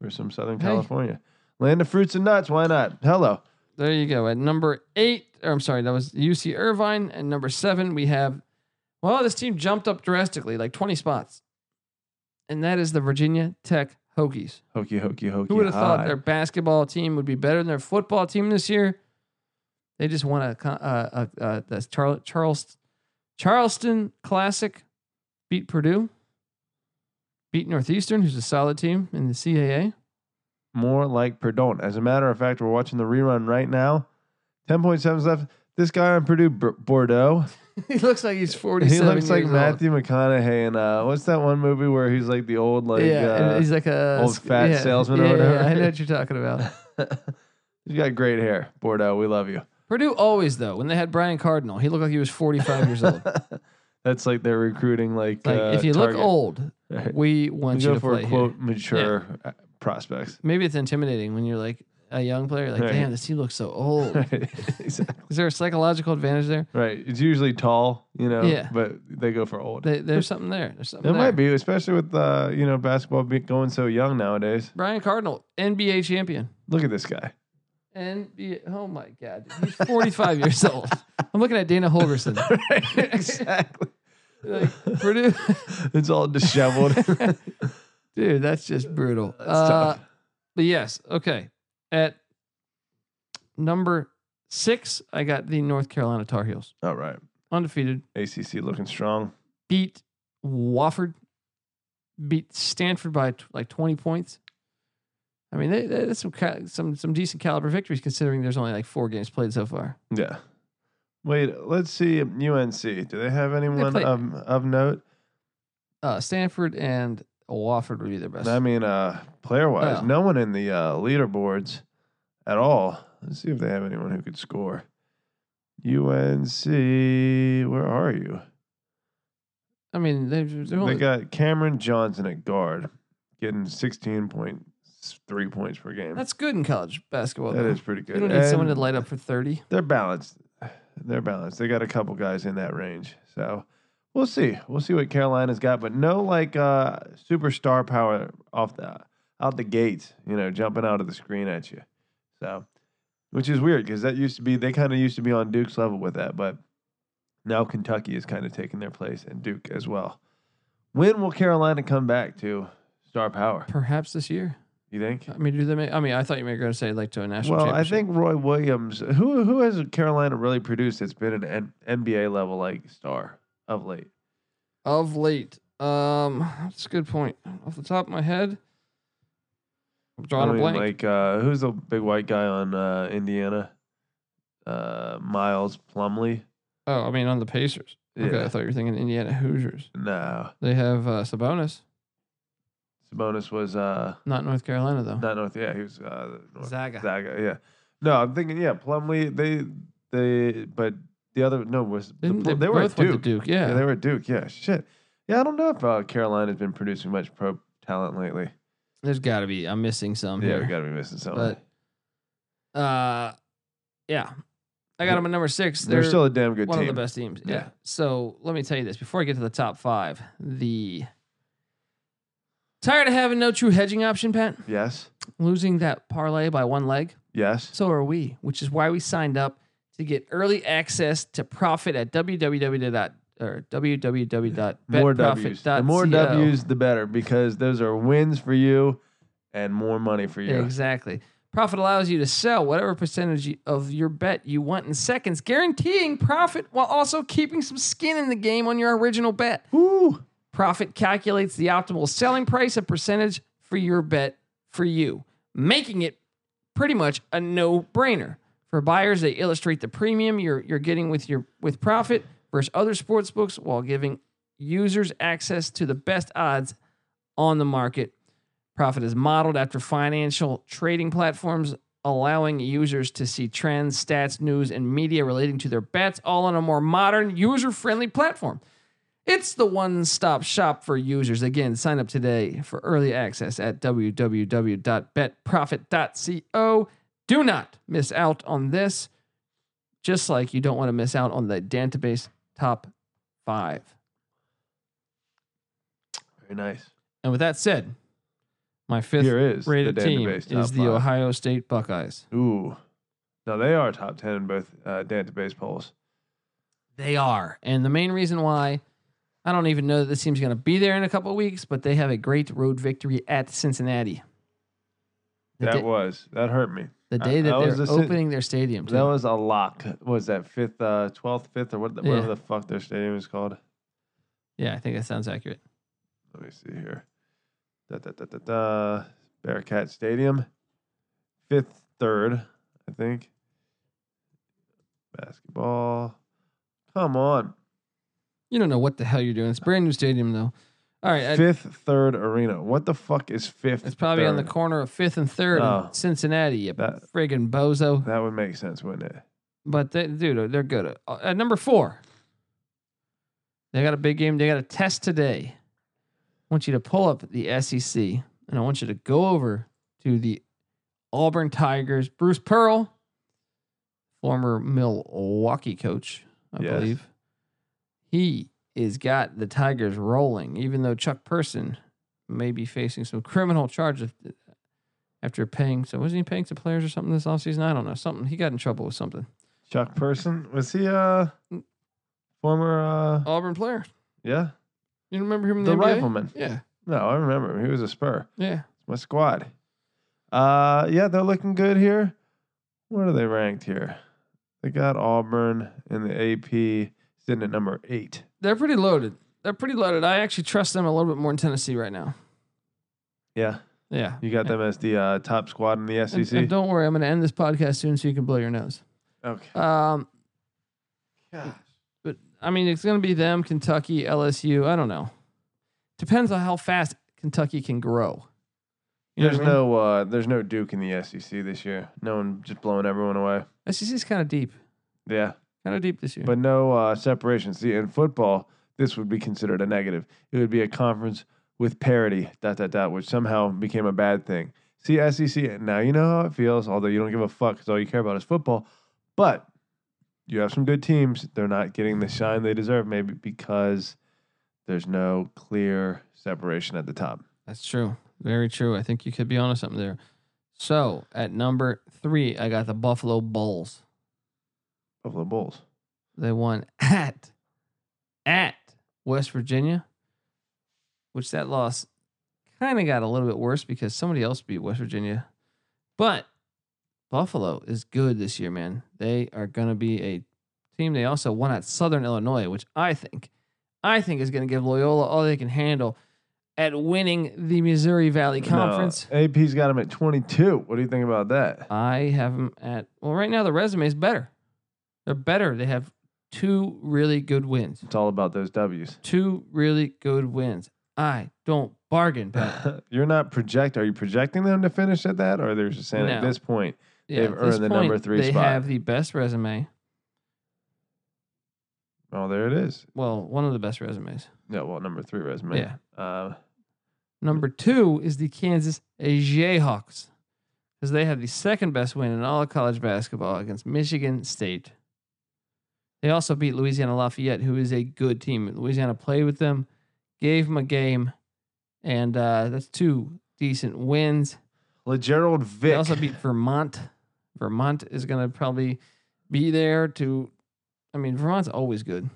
Speaker 2: for some Southern
Speaker 1: Hey.
Speaker 2: California. Land of fruits and nuts, why not? Hello.
Speaker 1: There you go. At number eight, or I'm sorry, that was UC Irvine. And number seven, we have, well, this team jumped up drastically, like 20 spots. And that is the Virginia Tech Hokies.
Speaker 2: Hokey hokey hokey.
Speaker 1: Who would have thought
Speaker 2: hi.
Speaker 1: their basketball team would be better than their football team this year? They just won a, co- uh, uh, uh, the Charl- Charles, Charleston Classic, beat Purdue, beat Northeastern, who's a solid team in the CAA.
Speaker 2: more like Perdon. As a matter of fact, we're watching the rerun right now. 10.7 's left. This guy on Purdue, B- Bordeaux,
Speaker 1: he looks like he's 47
Speaker 2: he looks like
Speaker 1: years old.
Speaker 2: Matthew McConaughey in uh, what's that one movie where he's like the old like
Speaker 1: yeah, and
Speaker 2: uh,
Speaker 1: he's like a
Speaker 2: old fat salesman or
Speaker 1: yeah,
Speaker 2: whatever.
Speaker 1: Yeah, I know what you're talking about.
Speaker 2: he's got great hair. Bordeaux, we love you.
Speaker 1: Purdue always though, when they had Brian Cardinal, he looked like he was 45 years old.
Speaker 2: That's like they're recruiting like,
Speaker 1: Like
Speaker 2: uh,
Speaker 1: if you
Speaker 2: target.
Speaker 1: look old,
Speaker 2: Right.
Speaker 1: we
Speaker 2: We
Speaker 1: want you
Speaker 2: go
Speaker 1: to
Speaker 2: for
Speaker 1: play here.
Speaker 2: quote mature uh prospects.
Speaker 1: Maybe it's intimidating when you're like a young player, like
Speaker 2: Right.
Speaker 1: damn, this team looks so old.
Speaker 2: Right. Exactly.
Speaker 1: Is there a psychological advantage there?
Speaker 2: right. It's usually tall, you know,
Speaker 1: Yeah.
Speaker 2: but they go for old.
Speaker 1: They, there's something there. There's something
Speaker 2: There
Speaker 1: there.
Speaker 2: might be, especially with uh, you know basketball be going so young nowadays.
Speaker 1: Brian Cardinal, NBA champion.
Speaker 2: Look at this guy.
Speaker 1: NBA. Oh my God, dude, he's 45 years old. I'm looking at Dana Holgerson.
Speaker 2: exactly.
Speaker 1: like, Purdue,
Speaker 2: It's all disheveled. That's
Speaker 1: dude, that's just brutal. Uh,
Speaker 2: tough.
Speaker 1: But yes, okay. At number six, I got the North Carolina Tar Heels,
Speaker 2: All right.
Speaker 1: undefeated.
Speaker 2: ACC looking strong.
Speaker 1: Beat Wofford, beat Stanford by t- like twenty points. I mean, they, they, that's some ca- some some decent caliber victories considering there's only like four games played so far.
Speaker 2: Yeah. Wait, let's see um, UNC. Do they have anyone
Speaker 1: play-
Speaker 2: of, of note?
Speaker 1: Uh, Stanford and Wofford would be their best.
Speaker 2: I mean, uh, player wise,
Speaker 1: Well.
Speaker 2: no one in the uh, leaderboards at all. Let's see if they have anyone who could score. UNC, where are you?
Speaker 1: I mean, they've, they've
Speaker 2: They
Speaker 1: only,
Speaker 2: got Cameron Johnson at guard, getting 16.3 points per game.
Speaker 1: that's good in college basketball.
Speaker 2: That
Speaker 1: though.
Speaker 2: is pretty good.
Speaker 1: You don't need someone to
Speaker 2: And
Speaker 1: light up for thirty.
Speaker 2: They're balanced. They're balanced. They got a couple guys in that range. So we'll see. We'll see what Carolina's got, but no like uh superstar power off the out the gates, you know, jumping out of the screen at you. So which is weird because that used to be they kind of used to be on Duke's level with that, but now Kentucky is kind of taking their place and Duke as well. When will Carolina come back to star power?
Speaker 1: Perhaps this year.
Speaker 2: You think?
Speaker 1: I mean, do they? Make, I mean, I thought you were going to say like to a national.
Speaker 2: Well, I
Speaker 1: championship.
Speaker 2: think Roy Williams, who who has Carolina really produced that's been an N- NBA level like star of late?
Speaker 1: of late. Um, that's a good point. Off the top of my head, I'm drawing
Speaker 2: I mean,
Speaker 1: a blank.
Speaker 2: like uh, who's the big white guy on uh, Indiana? Uh, Miles Plumley.
Speaker 1: oh, I mean on the Pacers. Okay,
Speaker 2: Yeah.
Speaker 1: I thought you were thinking Indiana Hoosiers.
Speaker 2: No,
Speaker 1: They have uh, Sabonis,
Speaker 2: Sabonis was uh,
Speaker 1: not North Carolina though.
Speaker 2: not North. Yeah, he was uh, North
Speaker 1: Zaga.
Speaker 2: Zaga. Yeah. No, I'm thinking yeah, Plumley. They they but the other no was the
Speaker 1: Didn't
Speaker 2: Plum-
Speaker 1: they,
Speaker 2: they were at
Speaker 1: both went to
Speaker 2: Duke.
Speaker 1: Duke. Yeah.
Speaker 2: Yeah, they were at Duke. Yeah, shit. Yeah, I don't know if uh, Carolina's been producing much pro talent lately.
Speaker 1: There's got to be. I'm missing some
Speaker 2: yeah,
Speaker 1: here.
Speaker 2: we gotta be missing something.
Speaker 1: But uh, yeah, I got them at number six.
Speaker 2: They're, still a damn good
Speaker 1: one
Speaker 2: team.
Speaker 1: of the best teams. Yeah.
Speaker 2: Yeah.
Speaker 1: So let me tell you this before I get to the top five. The tired of having no true hedging option, Pat.
Speaker 2: Yes.
Speaker 1: Losing that parlay by one leg.
Speaker 2: Yes.
Speaker 1: So are we, which is why we signed up to get early access to profit at www. or
Speaker 2: More W's. The
Speaker 1: www.betprofit.co.
Speaker 2: more W's, the better, because those are wins for you and more money for you.
Speaker 1: Exactly. Profit allows you to sell whatever percentage of your bet you want in seconds, guaranteeing profit while also keeping some skin in the game on your original bet.
Speaker 2: Woo!
Speaker 1: Profit calculates the optimal selling price and percentage for your bet for you, making it pretty much a no-brainer. For buyers, they illustrate the premium you're you're getting with your with profit versus other sports books while giving users access to the best odds on the market. Profit is modeled after financial trading platforms, allowing users to see trends, stats, news, and media relating to their bets, all on a more modern, user-friendly platform. It's the one stop shop for users. Again, sign up today for early access at www.betprofit.co. Do not miss out on this, just like you don't want to miss out on the database top five.
Speaker 2: Very nice.
Speaker 1: And with that said, my fifth
Speaker 2: Here is
Speaker 1: rated
Speaker 2: the
Speaker 1: team
Speaker 2: database
Speaker 1: is
Speaker 2: top
Speaker 1: the
Speaker 2: five.
Speaker 1: Ohio State Buckeyes.
Speaker 2: Ooh, no, they are top ten in both uh, database polls.
Speaker 1: They are. And the main reason why I don't even know that this team's going to be there in a couple of weeks, but they have a great road victory at Cincinnati. The
Speaker 2: That
Speaker 1: da-
Speaker 2: was that hurt me.
Speaker 1: The
Speaker 2: Uh,
Speaker 1: day that
Speaker 2: that was
Speaker 1: they're
Speaker 2: the sit-
Speaker 1: opening their stadium. too.
Speaker 2: That was a lock. What was that fifth, uh, twelfth, fifth, or what? The,
Speaker 1: Yeah.
Speaker 2: Whatever the fuck their stadium is called.
Speaker 1: yeah, I think that sounds accurate.
Speaker 2: Let me see here. Da, da, da, da, da. Bearcat Stadium, fifth, third, I think. Basketball. Come on,
Speaker 1: You don't know what the hell you're doing. It's a brand new stadium though. All right, I-
Speaker 2: fifth, third arena. What the fuck is fifth?
Speaker 1: it's probably on the
Speaker 2: third?
Speaker 1: corner of Fifth and Third
Speaker 2: Oh.
Speaker 1: in Cincinnati. You
Speaker 2: That-
Speaker 1: friggin' bozo.
Speaker 2: That would make sense, wouldn't it?
Speaker 1: But they, dude, they're good. Uh, At number four, they got a big game. They got a test today. I want you to pull up the SEC and I want you to go over to the Auburn Tigers. Bruce Pearl, former Milwaukee coach, I
Speaker 2: Yes.
Speaker 1: believe. He is got the Tigers rolling, even though Chuck Person may be facing some criminal charges after paying. So wasn't he paying some players or something this offseason? I don't know. Something he got in trouble with something.
Speaker 2: Chuck Person was he uh former uh
Speaker 1: Auburn player.
Speaker 2: yeah
Speaker 1: You remember him Oh. in the,
Speaker 2: the
Speaker 1: NBA?
Speaker 2: rifleman?
Speaker 1: Yeah,
Speaker 2: No, I remember him. He was a Spur.
Speaker 1: yeah.
Speaker 2: My squad. Uh yeah, they're looking good here. What are they ranked here? They got Auburn in the AP, sitting at number eight.
Speaker 1: They're pretty loaded. They're pretty loaded. I actually trust them a little bit more in Tennessee right now.
Speaker 2: Yeah.
Speaker 1: Yeah.
Speaker 2: You got them as the uh, top squad in the
Speaker 1: And-
Speaker 2: SEC.
Speaker 1: and don't worry, I'm going to end this podcast soon, so you can blow your nose.
Speaker 2: okay.
Speaker 1: Um,
Speaker 2: Gosh.
Speaker 1: but I mean, it's going to be them, Kentucky, LSU. I don't know. Depends on how fast Kentucky can grow. You know
Speaker 2: There's
Speaker 1: what I mean?
Speaker 2: no uh, there's no Duke in the SEC this year. No one just blowing everyone away.
Speaker 1: SEC's kind of deep,
Speaker 2: Yeah.
Speaker 1: kind of deep this year.
Speaker 2: But no uh, separation. See, in football, this would be considered a negative. It would be a conference with parity, dot, dot, dot, which somehow became a bad thing. See, SEC, now you know how it feels, although you don't give a fuck because all you care about is football. But you have some good teams. They're not getting the shine they deserve, maybe because there's no clear separation at the top.
Speaker 1: That's true. Very true. I think you could be onto something there. So at number three, I got the Buffalo Bulls.
Speaker 2: Buffalo Bulls.
Speaker 1: They won at at West Virginia, which that loss kind of got a little bit worse because somebody else beat West Virginia. But Buffalo is good this year, man. They are going to be a team. They also won at Southern Illinois, which I think I think is going to give Loyola all they can handle at winning the Missouri Valley Conference.
Speaker 2: Now, AP's got them at 22. What do you think about that?
Speaker 1: I have them at well right now the resume is better. They're better. They have two really good wins.
Speaker 2: It's all about those W's.
Speaker 1: Two really good wins. I don't bargain, but
Speaker 2: You're not project. Are you projecting them to finish at that, or they're just saying at
Speaker 1: No.
Speaker 2: this point?
Speaker 1: yeah,
Speaker 2: They've
Speaker 1: at this
Speaker 2: earned the number three
Speaker 1: They
Speaker 2: spot.
Speaker 1: have the best resume.
Speaker 2: Oh, there it is.
Speaker 1: Well, one of the best resumes.
Speaker 2: Yeah, well, number three resume.
Speaker 1: Yeah.
Speaker 2: Uh,
Speaker 1: Number two is the Kansas Jayhawks, because they have the second best win in all of college basketball against Michigan State. They also beat Louisiana Lafayette, who is a good team. Louisiana played with them, gave them a game, and uh, that's two decent wins.
Speaker 2: LeGerald Vick.
Speaker 1: They also beat Vermont. Vermont is going to probably be there to. I mean, Vermont's always good.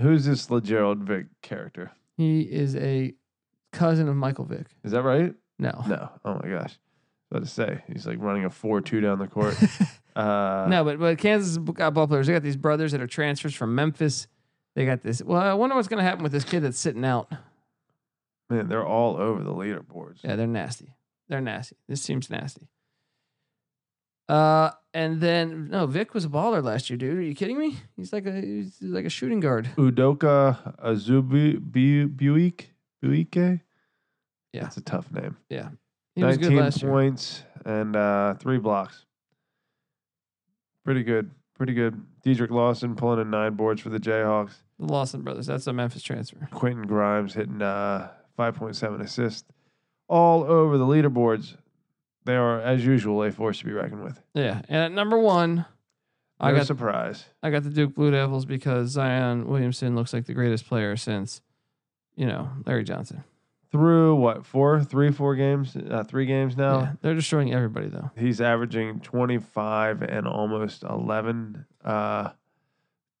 Speaker 2: Who's this LeGerald Vick character?
Speaker 1: He is a cousin of Michael Vick.
Speaker 2: Is that right?
Speaker 1: No.
Speaker 2: No. Oh my gosh. about to say he's like running a four-two down the court. uh,
Speaker 1: no, but but Kansas has got ball players. They got these brothers that are transfers from Memphis. They got this. Well, I wonder what's going to happen with this kid that's sitting out.
Speaker 2: man, they're all over the leaderboards.
Speaker 1: Yeah, they're nasty. They're nasty. This seems nasty. Uh, and then no, Vic was a baller last year, dude. Are you kidding me? He's like a he's like a shooting guard.
Speaker 2: Udoka Azubu Bu- Buike Buike.
Speaker 1: Yeah.
Speaker 2: that's a tough name.
Speaker 1: Yeah, he was good
Speaker 2: Nineteen
Speaker 1: last year.
Speaker 2: points and uh, three blocks. Pretty good. Pretty good. Dedrick Lawson pulling in nine boards for the Jayhawks.
Speaker 1: The Lawson brothers. That's a Memphis transfer.
Speaker 2: Quentin Grimes hitting uh, 5.7 assists. All over the leaderboards. They are, as usual, a force to be reckoned with.
Speaker 1: Yeah, and at number one,
Speaker 2: No
Speaker 1: I got
Speaker 2: surprise.
Speaker 1: I got the Duke Blue Devils because Zion Williamson looks like the greatest player since, you know, Larry Johnson.
Speaker 2: Through what, four, three, four games, uh, three games now?
Speaker 1: Yeah, they're destroying everybody though.
Speaker 2: He's averaging 25 and almost 11. Uh,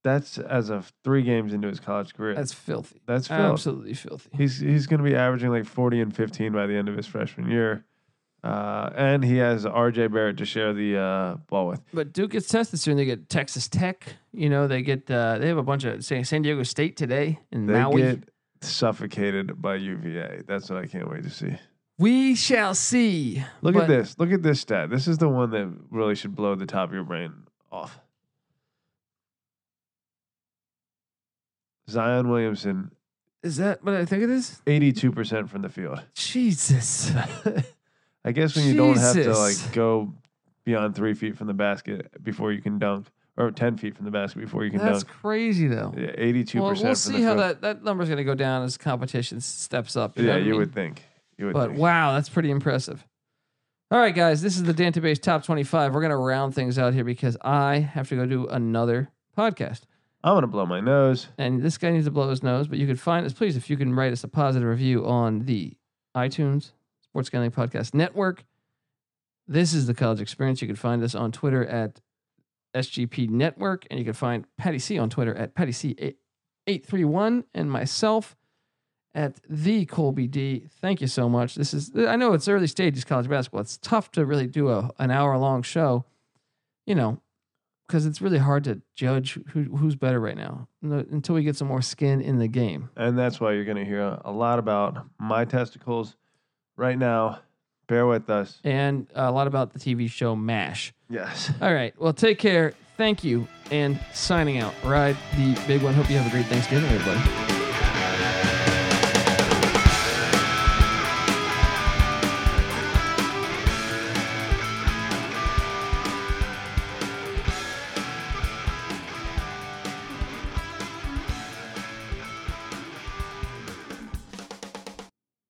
Speaker 2: that's as of three games into his college career.
Speaker 1: That's filthy.
Speaker 2: that's filth.
Speaker 1: Absolutely filthy.
Speaker 2: He's he's going to be averaging like 40 and 15 by the end of his freshman year. Uh, and he has RJ Barrett to share the uh, ball with.
Speaker 1: But Duke gets tested soon. They get Texas Tech. You know, they get uh, they have a bunch of San, San Diego State today in
Speaker 2: They
Speaker 1: Maui.
Speaker 2: get suffocated by UVA. That's what I can't wait to see.
Speaker 1: we shall see.
Speaker 2: Look
Speaker 1: But-
Speaker 2: at this. Look at this stat. This is the one that really should blow the top of your brain off. Zion Williamson,
Speaker 1: Is that what I think it is?
Speaker 2: 82% from the field.
Speaker 1: Jesus.
Speaker 2: I guess when you don't have to
Speaker 1: Jesus.
Speaker 2: like go beyond three feet from the basket before you can dunk, or 10 feet from the basket before you can
Speaker 1: That's
Speaker 2: dunk.
Speaker 1: crazy though.
Speaker 2: Yeah, 82%
Speaker 1: Well,
Speaker 2: from
Speaker 1: we'll see
Speaker 2: the
Speaker 1: how
Speaker 2: field.
Speaker 1: that, that number's going to go down as competition steps up. know
Speaker 2: yeah,
Speaker 1: what I
Speaker 2: you
Speaker 1: mean?
Speaker 2: would think. You would
Speaker 1: But
Speaker 2: think.
Speaker 1: wow, that's pretty impressive. All right, guys, this is the Dantabase Top 25. We're going to round things out here because I have to go do another podcast.
Speaker 2: I'm going to blow my nose.
Speaker 1: And this guy needs to blow his nose, but you could find us, please, if you can write us a positive review on the iTunes Sports Gambling Podcast Network. This is the college experience. You can find us on Twitter at SGP Network, and you can find Patty C on Twitter at Patty C831 and myself at the Colby D. Thank you so much. This is I know it's early stages college basketball. It's tough to really do a an hour long show, you know, because it's really hard to judge who who's better right now no- until we get some more skin in the game.
Speaker 2: And that's why you're going to hear a lot about my testicles right now. Bear with us.
Speaker 1: And a lot about the TV show MASH.
Speaker 2: Yes.
Speaker 1: All right. Well, take care. Thank you. And signing out. Ride the big one. Hope you have a great Thanksgiving, everybody.